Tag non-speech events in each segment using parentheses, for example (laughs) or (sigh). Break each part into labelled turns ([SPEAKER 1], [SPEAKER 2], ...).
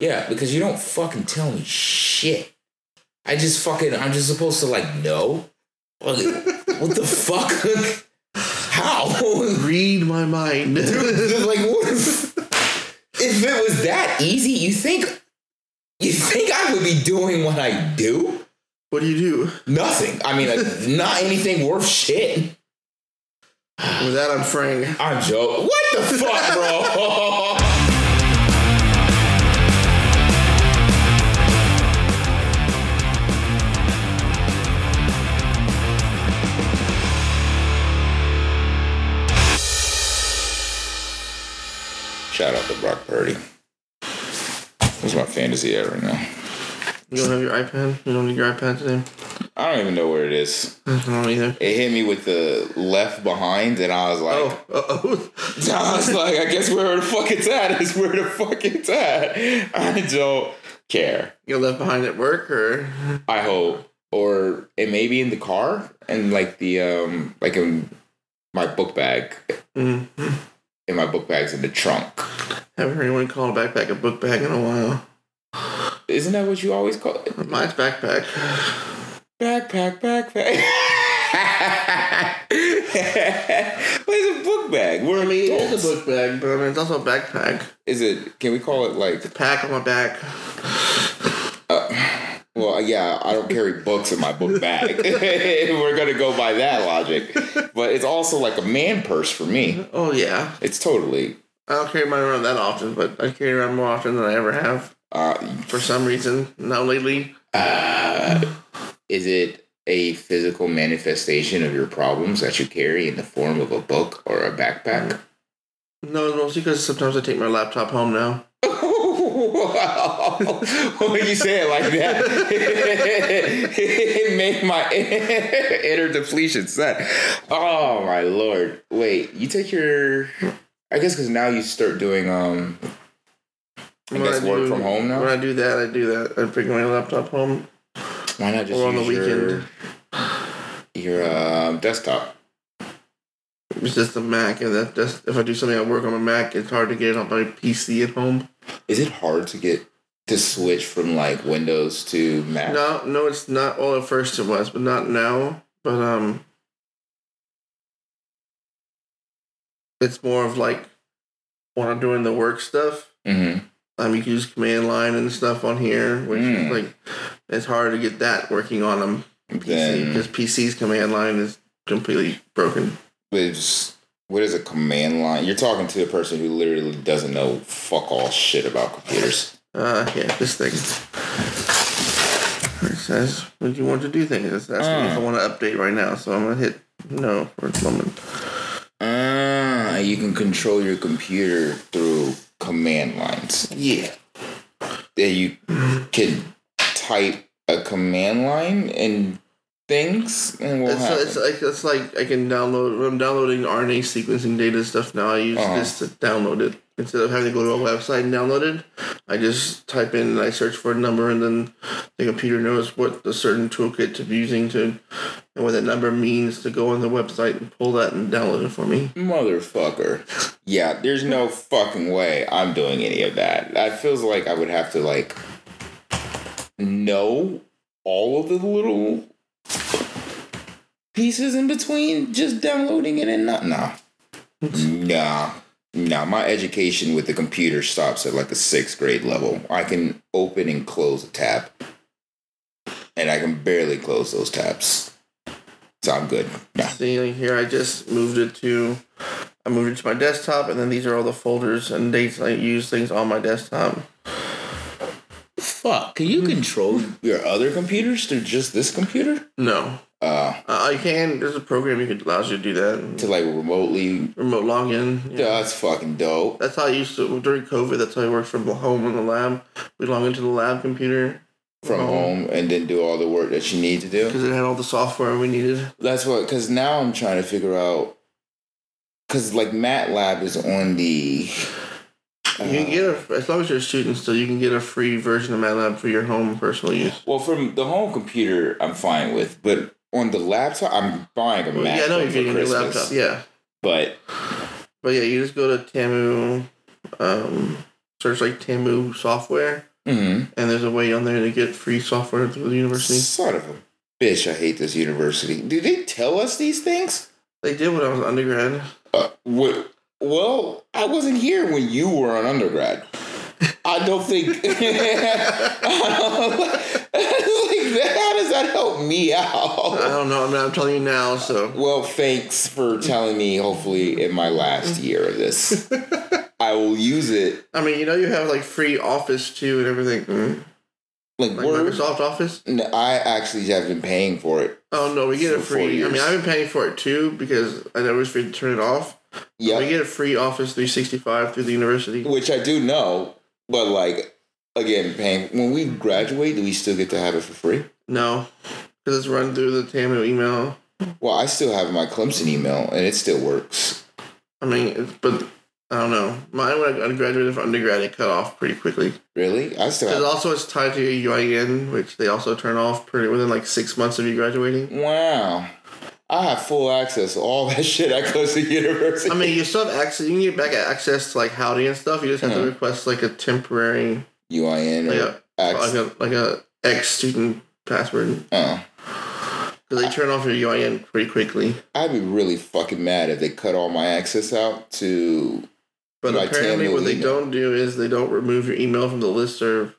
[SPEAKER 1] Yeah, because you don't fucking tell me shit. I just fucking I'm just supposed to like know. Like, what the fuck? How? (laughs)
[SPEAKER 2] Read my mind.
[SPEAKER 1] Dude, like what if, if it was that easy, you think you think I would be doing what I do?
[SPEAKER 2] what do you do?
[SPEAKER 1] Nothing. I mean, like, not anything worth shit.
[SPEAKER 2] With that, I'm Frank.
[SPEAKER 1] I'm Joe. What the fuck, bro? Shout out to Brock Purdy. Where's my fantasy at right now?
[SPEAKER 2] You don't have your iPad? You don't need your iPad today?
[SPEAKER 1] I don't even know where it is.
[SPEAKER 2] I don't either.
[SPEAKER 1] It hit me with the left behind, and I was like,
[SPEAKER 2] Oh, uh-oh. (laughs)
[SPEAKER 1] (laughs) I was like, I guess where the fuck it's at is where the fuck it's at. I don't care.
[SPEAKER 2] You left behind at work or?
[SPEAKER 1] I hope, or it may be in the car and like the um, like in my book bag.
[SPEAKER 2] Mm.
[SPEAKER 1] In my book bag's in the trunk.
[SPEAKER 2] Haven't heard anyone call a backpack a book bag in a while.
[SPEAKER 1] Isn't that what you always call it?
[SPEAKER 2] Mine's backpack.
[SPEAKER 1] Backpack, backpack. (laughs) what is a book bag? We're
[SPEAKER 2] I mean,
[SPEAKER 1] adults.
[SPEAKER 2] it's a book bag, but I mean, it's also a backpack.
[SPEAKER 1] Is it? Can we call it like?
[SPEAKER 2] Pack on my back.
[SPEAKER 1] Well, uh, yeah, I don't carry books in my book bag. (laughs) We're gonna go by that logic, but it's also like a man purse for me.
[SPEAKER 2] Oh, yeah.
[SPEAKER 1] It's totally
[SPEAKER 2] I don't carry mine around that often, but I carry it around more often than I ever have
[SPEAKER 1] uh,
[SPEAKER 2] for some reason. Now lately,
[SPEAKER 1] Uh, is it a physical manifestation of your problems that you carry in the form of a book or a backpack?
[SPEAKER 2] no, it's mostly because sometimes I take my laptop home now.
[SPEAKER 1] (laughs) wow. (laughs) when you say it like that, (laughs) it made my (laughs) inner depletion set. Oh my lord. Wait, you take your I guess because now you start doing um I
[SPEAKER 2] When
[SPEAKER 1] guess work
[SPEAKER 2] do-
[SPEAKER 1] from home now?
[SPEAKER 2] When I do that, I do that. I bring my laptop home.
[SPEAKER 1] why not just
[SPEAKER 2] Or on the
[SPEAKER 1] use your, your uh, desktop.
[SPEAKER 2] It's just a Mac, and that that's, if I do something at work on my Mac, it's hard to get it on my PC at home.
[SPEAKER 1] Is it hard to get to switch from like Windows to Mac?
[SPEAKER 2] No, no, it's not. Well, at first it was, but not now. But um, it's more of like when I'm doing the work stuff.
[SPEAKER 1] hmm
[SPEAKER 2] um, you can use command line and stuff on here, which
[SPEAKER 1] Mm.
[SPEAKER 2] is like it's hard to get that working on them PC
[SPEAKER 1] Then
[SPEAKER 2] because PC's command line is completely broken.
[SPEAKER 1] it's, what is a command line? You're talking to a person who literally doesn't know fuck all shit about computers.
[SPEAKER 2] Uh, yeah, this thing. It says, "Would you want to do things?" It's asking me if I
[SPEAKER 1] Hmm.
[SPEAKER 2] want to update right now, so I'm gonna hit no for a moment.
[SPEAKER 1] Ah, you can control your computer through command lines.
[SPEAKER 2] Yeah,
[SPEAKER 1] That you can type a command line and things, and what will
[SPEAKER 2] it's, it's
[SPEAKER 1] happen?
[SPEAKER 2] like it's like I can download. When I'm downloading RNA sequencing data stuff now. I use
[SPEAKER 1] Uh-huh.
[SPEAKER 2] this to download it instead of having to go to a website and download it. I just type in and I search for a number, and then the computer knows what the certain toolkit to be using to and what that number means to go on the website and pull that and download it for me.
[SPEAKER 1] Motherfucker. Yeah, there's no fucking way I'm doing any of that. That feels like I would have to like know all of the little pieces in between just downloading it and not nah. Nah. Nah, my education with the computer stops at like a sixth grade level. I can open and close a tab. And I can barely close those tabs. So I'm good. Nah.
[SPEAKER 2] See like here, I just moved it to. I moved it to my desktop, and then these are all the folders and dates I use things on my desktop.
[SPEAKER 1] Fuck, can you
[SPEAKER 2] Mm-hmm.
[SPEAKER 1] control your other computers through just this computer?
[SPEAKER 2] No,
[SPEAKER 1] Uh,
[SPEAKER 2] uh, I can. There's a program you could allows you to do that.
[SPEAKER 1] to like remotely.
[SPEAKER 2] remote login. Yeah.
[SPEAKER 1] Yeah, that's fucking dope.
[SPEAKER 2] That's how I used to during COVID. That's how I worked from home in the lab. We log into the lab computer
[SPEAKER 1] From
[SPEAKER 2] Mm-hmm.
[SPEAKER 1] home and then do all the work that you need to do.
[SPEAKER 2] because it had all the software we needed.
[SPEAKER 1] That's what, because now I'm trying to figure out. Because like MATLAB is on the. uh,
[SPEAKER 2] You can get
[SPEAKER 1] Uh-huh.
[SPEAKER 2] a as long as you're a student still. You can get a free version of MATLAB for your home personal use.
[SPEAKER 1] Well, from the home computer, I'm fine with, but on the laptop, I'm buying a MacBook
[SPEAKER 2] yeah, I know you're
[SPEAKER 1] for
[SPEAKER 2] getting your
[SPEAKER 1] Christmas.
[SPEAKER 2] laptop. Yeah,
[SPEAKER 1] But
[SPEAKER 2] but yeah, you just go to Tamu, um, search like Tamu software,
[SPEAKER 1] Mm-hmm.
[SPEAKER 2] and there's a way on there to get free software through the university.
[SPEAKER 1] Son of a bitch, I hate this university. Do they tell us these things?
[SPEAKER 2] They did when I was undergrad.
[SPEAKER 1] Uh, wh- well, I wasn't here when you were an undergrad. I don't think. (laughs) like, how does that help me
[SPEAKER 2] I
[SPEAKER 1] out?
[SPEAKER 2] don't know. I mean, I'm telling you now. So
[SPEAKER 1] Well, thanks for telling me, hopefully, in my last year of this. I will use it
[SPEAKER 2] I mean, you know, you have like free Office too and everything. Mm.
[SPEAKER 1] like,
[SPEAKER 2] Like
[SPEAKER 1] Word.
[SPEAKER 2] Microsoft Office.
[SPEAKER 1] No, I actually have been paying for it.
[SPEAKER 2] Oh no, we get it
[SPEAKER 1] For four
[SPEAKER 2] free. I mean,
[SPEAKER 1] years.
[SPEAKER 2] I've been paying for it too because I never was free to turn it off. We
[SPEAKER 1] Yeah,
[SPEAKER 2] get a free Office 365 through the university.
[SPEAKER 1] which I do know, but like again, paying when we graduate, do we still get to have it for free?
[SPEAKER 2] No, because it's run through the Tamu email.
[SPEAKER 1] Well, I still have my Clemson email, and it still works.
[SPEAKER 2] I mean, it's, but I don't know. Mine when I graduated from undergrad, it cut off pretty quickly.
[SPEAKER 1] Really, I still
[SPEAKER 2] Because
[SPEAKER 1] have.
[SPEAKER 2] also it's tied to your UIN, which they also turn off pretty within like six months of you graduating.
[SPEAKER 1] Wow, I have full access to all that (laughs) shit at Clemson University.
[SPEAKER 2] I mean, you still have access. You can get back at access to like Howdy and stuff. You just have to
[SPEAKER 1] Mhm.
[SPEAKER 2] request like a temporary,
[SPEAKER 1] UIN
[SPEAKER 2] like
[SPEAKER 1] or
[SPEAKER 2] a
[SPEAKER 1] access.
[SPEAKER 2] like a like a ex student password
[SPEAKER 1] Oh.
[SPEAKER 2] because they turn off your UIN pretty quickly.
[SPEAKER 1] I'd be really fucking mad if they cut all my access out to.
[SPEAKER 2] But
[SPEAKER 1] Like
[SPEAKER 2] apparently,
[SPEAKER 1] Tamu
[SPEAKER 2] what they
[SPEAKER 1] email.
[SPEAKER 2] don't do is they don't remove your email from the listserv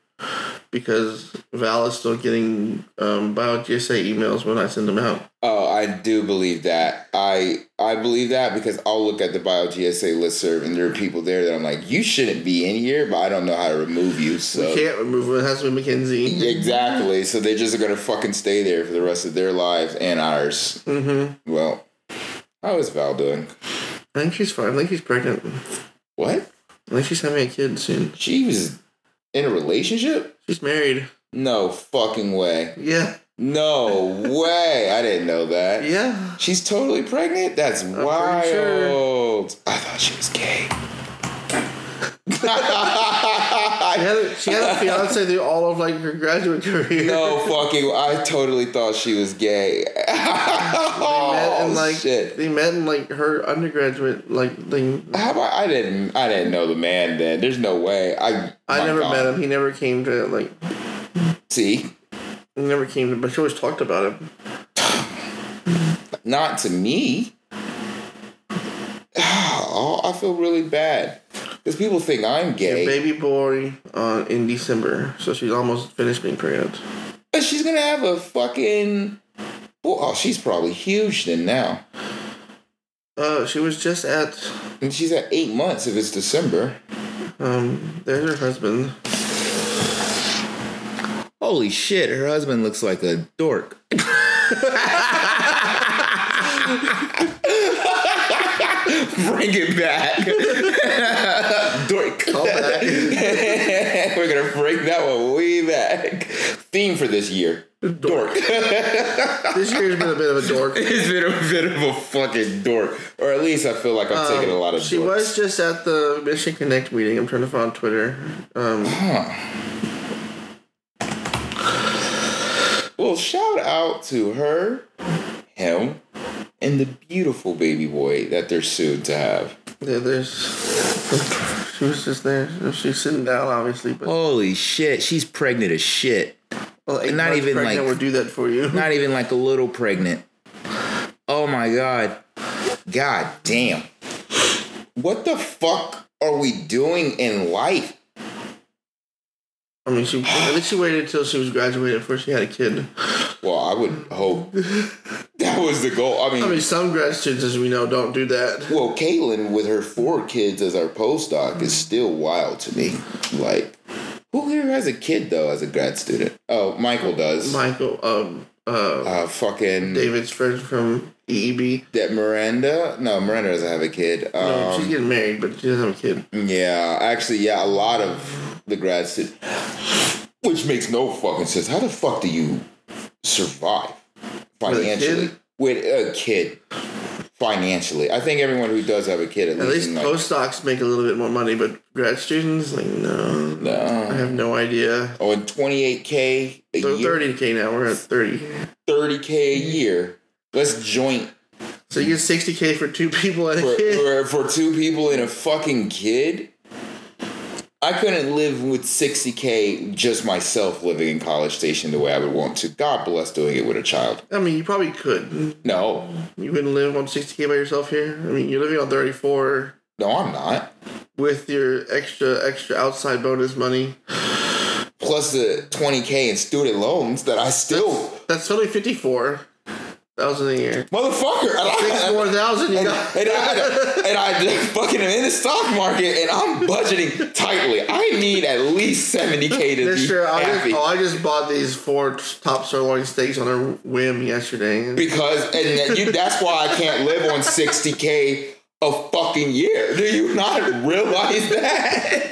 [SPEAKER 2] because Val is still getting um, BioGSA emails when I send them out.
[SPEAKER 1] Oh, I do believe that. I I believe that because I'll look at the Bio GSA listserv and there are people there that I'm like, you shouldn't be in here, but I don't know how to remove you.
[SPEAKER 2] we
[SPEAKER 1] So
[SPEAKER 2] can't remove them. It has to be McKinsey.
[SPEAKER 1] exactly. So they're just gonna fucking stay there for the rest of their lives and ours.
[SPEAKER 2] Mm-hmm.
[SPEAKER 1] Well, how is Val doing?
[SPEAKER 2] I think she's fine. I think she's pregnant.
[SPEAKER 1] What?
[SPEAKER 2] I think she's having a kid soon.
[SPEAKER 1] She was in a relationship?
[SPEAKER 2] She's married.
[SPEAKER 1] No fucking way.
[SPEAKER 2] Yeah. (laughs)
[SPEAKER 1] No way. I didn't know that.
[SPEAKER 2] Yeah.
[SPEAKER 1] She's totally pregnant? That's
[SPEAKER 2] pretty
[SPEAKER 1] wild.
[SPEAKER 2] sure.
[SPEAKER 1] I thought she was gay. (laughs)
[SPEAKER 2] She had a, she had a fiance through all of like her graduate career.
[SPEAKER 1] (laughs) no fucking I totally thought she was gay. (laughs)
[SPEAKER 2] They met
[SPEAKER 1] oh,
[SPEAKER 2] in like
[SPEAKER 1] shit. Oh
[SPEAKER 2] they met in like her undergraduate like thing.
[SPEAKER 1] How about I didn't I didn't know the man then. There's no way. I
[SPEAKER 2] I
[SPEAKER 1] my
[SPEAKER 2] never
[SPEAKER 1] God.
[SPEAKER 2] met him. He never came to like
[SPEAKER 1] See?
[SPEAKER 2] he never came to but she always talked about him.
[SPEAKER 1] Not to me. (sighs) Oh, I feel really bad. Because people think I'm
[SPEAKER 2] Your
[SPEAKER 1] gay.
[SPEAKER 2] baby boy uh, in December. So she's almost finished being pregnant.
[SPEAKER 1] But she's gonna have a fucking Well, oh, she's probably huge then now.
[SPEAKER 2] Uh she was just at
[SPEAKER 1] And she's at eight months if it's December.
[SPEAKER 2] um there's her husband.
[SPEAKER 1] Holy shit, her husband looks like a dork. (laughs) Bring it back. (laughs) dork. (laughs) We're gonna bring that one way back. Theme for this year.
[SPEAKER 2] (laughs)
[SPEAKER 1] Dork. (laughs)
[SPEAKER 2] This year's been a bit of a dork.
[SPEAKER 1] it's been a bit of a fucking dork. Or at least I feel like I'm taking a lot of
[SPEAKER 2] Um, She
[SPEAKER 1] dorks.
[SPEAKER 2] was just at the Mission Connect meeting. I'm trying to find Twitter. Um,
[SPEAKER 1] Well, shout out to her, him, and the beautiful baby boy that they're soon to have.
[SPEAKER 2] there, there's. She was just there. She's sitting down, obviously, but
[SPEAKER 1] Holy shit, she's pregnant as shit.
[SPEAKER 2] well, eight
[SPEAKER 1] not
[SPEAKER 2] months
[SPEAKER 1] even,
[SPEAKER 2] pregnant
[SPEAKER 1] like-
[SPEAKER 2] would do that for you.
[SPEAKER 1] Not even like a little pregnant. Oh my god. God damn. What the fuck are we doing in life?
[SPEAKER 2] I mean, she. I think she waited until she was graduated before she had a kid.
[SPEAKER 1] Well, I would hope that was the goal.
[SPEAKER 2] I mean, some grad students, as we know, don't do that.
[SPEAKER 1] Well, Caitlin with her four kids as our postdoc is still wild to me. Like, who here has a kid though as a grad student? Oh, Michael does.
[SPEAKER 2] Michael, um, uh,
[SPEAKER 1] uh, fucking
[SPEAKER 2] David's friend from E EEB.
[SPEAKER 1] that Miranda. No, Miranda doesn't have a kid.
[SPEAKER 2] No,
[SPEAKER 1] Um,
[SPEAKER 2] she's getting married, but she doesn't have a kid.
[SPEAKER 1] yeah, actually, yeah, a lot of the grad student, which makes no fucking sense. How the fuck do you survive financially
[SPEAKER 2] kid?
[SPEAKER 1] with a kid? Financially, I think everyone who does have a kid at,
[SPEAKER 2] At
[SPEAKER 1] least,
[SPEAKER 2] least
[SPEAKER 1] in, like,
[SPEAKER 2] postdocs make a little bit more money, but grad students, like, no. I
[SPEAKER 1] no.
[SPEAKER 2] have no idea.
[SPEAKER 1] Oh, and 28k a
[SPEAKER 2] So
[SPEAKER 1] year.
[SPEAKER 2] thirty k now. We're at thirty.
[SPEAKER 1] thirty k a year. Let's joint
[SPEAKER 2] So you get sixty (laughs) k for two people and
[SPEAKER 1] for,
[SPEAKER 2] a kid.
[SPEAKER 1] for for two people and a fucking kid. I couldn't live with 60k just myself living in College Station the way I would want to. God bless doing it with a child.
[SPEAKER 2] I mean, you probably could.
[SPEAKER 1] No,
[SPEAKER 2] You wouldn't live on 60k by yourself here. I mean, you're living on 34
[SPEAKER 1] no, I'm not.
[SPEAKER 2] with your extra extra outside bonus money.
[SPEAKER 1] Plus the 20k in student loans that I still
[SPEAKER 2] That's totally 54 thousand a year.
[SPEAKER 1] motherfucker. And I- (laughs)
[SPEAKER 2] Six more thousand. You
[SPEAKER 1] and,
[SPEAKER 2] got.
[SPEAKER 1] and
[SPEAKER 2] (laughs)
[SPEAKER 1] I, and I (laughs) just fucking am in the stock market and I'm budgeting tightly. I need at least 70k to be
[SPEAKER 2] This year, I
[SPEAKER 1] happy.
[SPEAKER 2] just, oh, I just bought these four top sirloin steaks on a whim yesterday.
[SPEAKER 1] because and that you that's why I can't live on 60k a fucking year. Do you not realize that?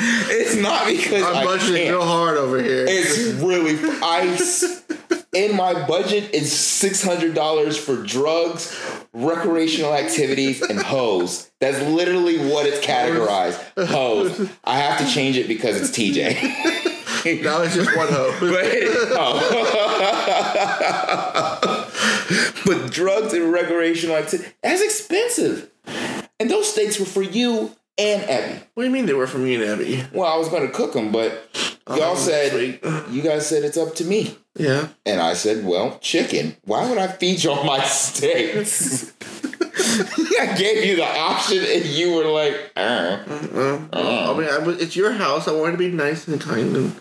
[SPEAKER 1] It's not because
[SPEAKER 2] I'm
[SPEAKER 1] I
[SPEAKER 2] budgeting
[SPEAKER 1] can't.
[SPEAKER 2] real hard over here.
[SPEAKER 1] It's really I s- in my budget is six hundred dollars for drugs, recreational activities, and hoes. That's literally what it's categorized. Hoes. I have to change it because it's (laughs) TJ.
[SPEAKER 2] now it's just one hoe.
[SPEAKER 1] (laughs) But,
[SPEAKER 2] (laughs)
[SPEAKER 1] oh. but drugs and recreational activities that's expensive. And those steaks were for you and Abby.
[SPEAKER 2] What do you mean they were from you and Abby?
[SPEAKER 1] Well, I was gonna cook them, but y'all said
[SPEAKER 2] Oh, sweet.
[SPEAKER 1] you guys said it's up to me.
[SPEAKER 2] Yeah.
[SPEAKER 1] And I said, Well, chicken, why would I feed y'all my steaks? (laughs) I gave you the option and you were like, uh.
[SPEAKER 2] I mean, I was, it's your house. I wanted to be nice and kind, and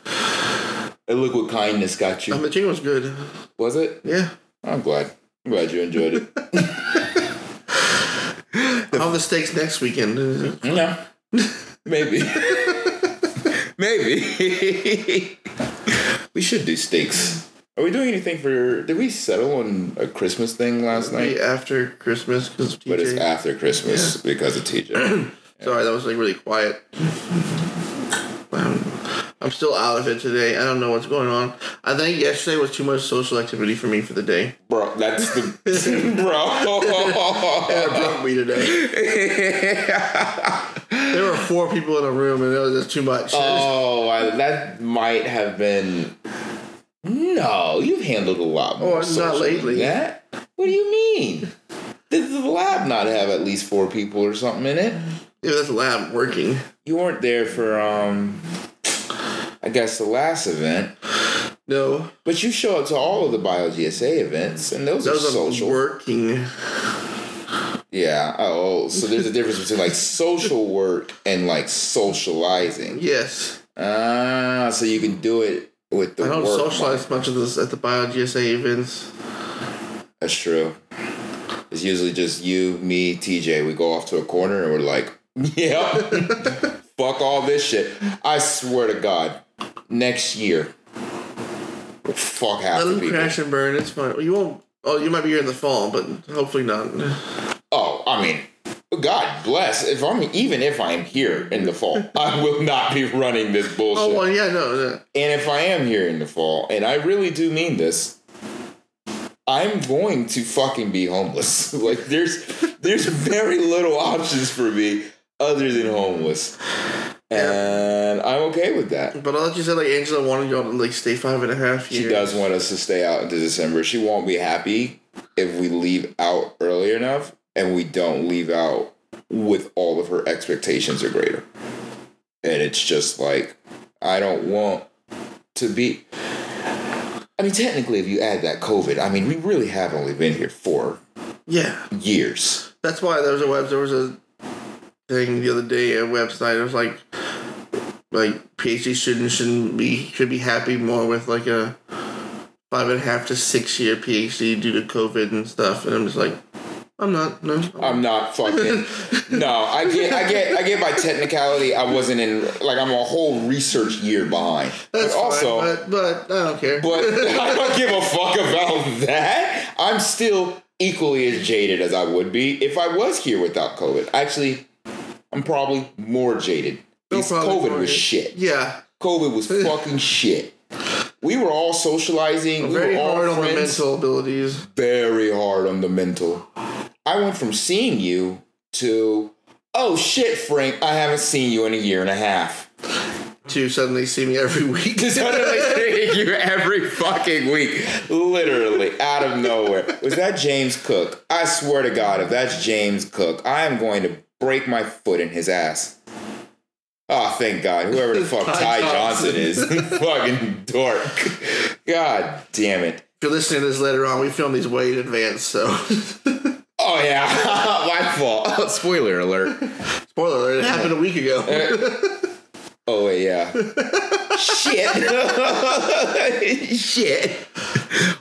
[SPEAKER 1] And look what kindness got
[SPEAKER 2] um,
[SPEAKER 1] you.
[SPEAKER 2] the chicken was good.
[SPEAKER 1] Was it?
[SPEAKER 2] Yeah.
[SPEAKER 1] I'm glad. I'm glad you enjoyed it.
[SPEAKER 2] All the steaks next weekend. uh,
[SPEAKER 1] no. (laughs)
[SPEAKER 2] (laughs)
[SPEAKER 1] Maybe. Maybe. (laughs) we should do steaks. Are we doing anything for. Did we settle on a Christmas thing last night?
[SPEAKER 2] Be after Christmas because
[SPEAKER 1] But it's after Christmas because of
[SPEAKER 2] (clears throat)
[SPEAKER 1] TJ.
[SPEAKER 2] Sorry, that was like really quiet. Um, I'm still out of it today. I don't know what's going on. I think yesterday was too much social activity for me for the day.
[SPEAKER 1] bro, that's
[SPEAKER 2] (laughs)
[SPEAKER 1] the. (laughs) bro.
[SPEAKER 2] That broke me today. There were four people in a room, and it was just too much.
[SPEAKER 1] Oh, I, that might have been. No, you've handled a lot more.
[SPEAKER 2] Oh, not
[SPEAKER 1] social than
[SPEAKER 2] lately.
[SPEAKER 1] That? What do you mean? Did the lab not have at least four people or something in it?
[SPEAKER 2] (laughs) it was lab working.
[SPEAKER 1] You weren't there for um. I guess the last event,
[SPEAKER 2] No,
[SPEAKER 1] but you show up to all of the BioGSA events, and those
[SPEAKER 2] that
[SPEAKER 1] are
[SPEAKER 2] was
[SPEAKER 1] social.
[SPEAKER 2] a working.
[SPEAKER 1] Yeah. Oh, so there's a difference between
[SPEAKER 2] (laughs)
[SPEAKER 1] like social work and like socializing.
[SPEAKER 2] Yes,
[SPEAKER 1] Ah, so you can do it with the
[SPEAKER 2] I don't
[SPEAKER 1] work
[SPEAKER 2] socialize much of this at the Bio GSA events.
[SPEAKER 1] That's true. It's usually just you, me, TJ. We go off to a corner and we're like, (laughs) yeah, (laughs) fuck all this shit. I swear to God, next year, fuck half
[SPEAKER 2] Let
[SPEAKER 1] the
[SPEAKER 2] them
[SPEAKER 1] people.
[SPEAKER 2] crash and burn. It's fine. You won't. Oh, you might be here in the fall, but
[SPEAKER 1] (sighs)
[SPEAKER 2] hopefully not.
[SPEAKER 1] Oh, I mean, God bless. If I'm even if I'm here in the fall, (laughs) I will not be running this bullshit.
[SPEAKER 2] Oh well, yeah, no, no.
[SPEAKER 1] And if I am here in the fall, and I really do mean this, I'm going to fucking be homeless. (laughs) like there's there's very little options for me other than homeless. And I'm okay with that.
[SPEAKER 2] But I thought you said like Angela wanted y'all to like stay five and a half years.
[SPEAKER 1] She does want us to stay out into December. She won't be happy if we leave out early enough and we don't leave out with all of her expectations or greater. And it's just like, I don't want to be. I mean, technically, if you add that COVID, I mean, we really have only been here for
[SPEAKER 2] Yeah,
[SPEAKER 1] years.
[SPEAKER 2] that's why there was a web. There was a thing the other day a website. It was like like PhD students shouldn't be should be happy more with like a five and a half to six year PhD due to COVID and stuff. And I'm just like, I'm not. No,
[SPEAKER 1] I'm not
[SPEAKER 2] (laughs)
[SPEAKER 1] fucking. no, I get, I get, I get. By technicality, I wasn't in. Like, I'm a whole research year behind. but
[SPEAKER 2] that's
[SPEAKER 1] also,
[SPEAKER 2] fine, but, but I don't care.
[SPEAKER 1] But (laughs) I don't give a fuck about that. I'm still equally as jaded as I would be if I was here without COVID. Actually, I'm probably more jaded.
[SPEAKER 2] No
[SPEAKER 1] Because
[SPEAKER 2] problem
[SPEAKER 1] COVID
[SPEAKER 2] for
[SPEAKER 1] was
[SPEAKER 2] you.
[SPEAKER 1] shit.
[SPEAKER 2] yeah,
[SPEAKER 1] COVID was fucking shit. We were all socializing. We
[SPEAKER 2] very
[SPEAKER 1] were all
[SPEAKER 2] hard on the
[SPEAKER 1] friends.
[SPEAKER 2] mental abilities.
[SPEAKER 1] Very hard on the mental. I went from seeing you to, oh shit, Frank, I haven't seen you in a year and a half.
[SPEAKER 2] To suddenly see me every (laughs) week.
[SPEAKER 1] Just suddenly seeing you every fucking week, literally out of nowhere. Was that James Cook? I swear to God, if that's James Cook, I am going to break my foot in his ass. Oh, thank God. Whoever the fuck (laughs)
[SPEAKER 2] Ty
[SPEAKER 1] Ty Johnson is. (laughs) fucking dork. God damn it.
[SPEAKER 2] If you're listening to this later on, we filmed these way in advance, so (laughs)
[SPEAKER 1] Oh, yeah. (laughs) My fault. (laughs) Spoiler alert.
[SPEAKER 2] spoiler alert, it happened a week ago.
[SPEAKER 1] Oh, wait, yeah. (laughs) Shit. Shit.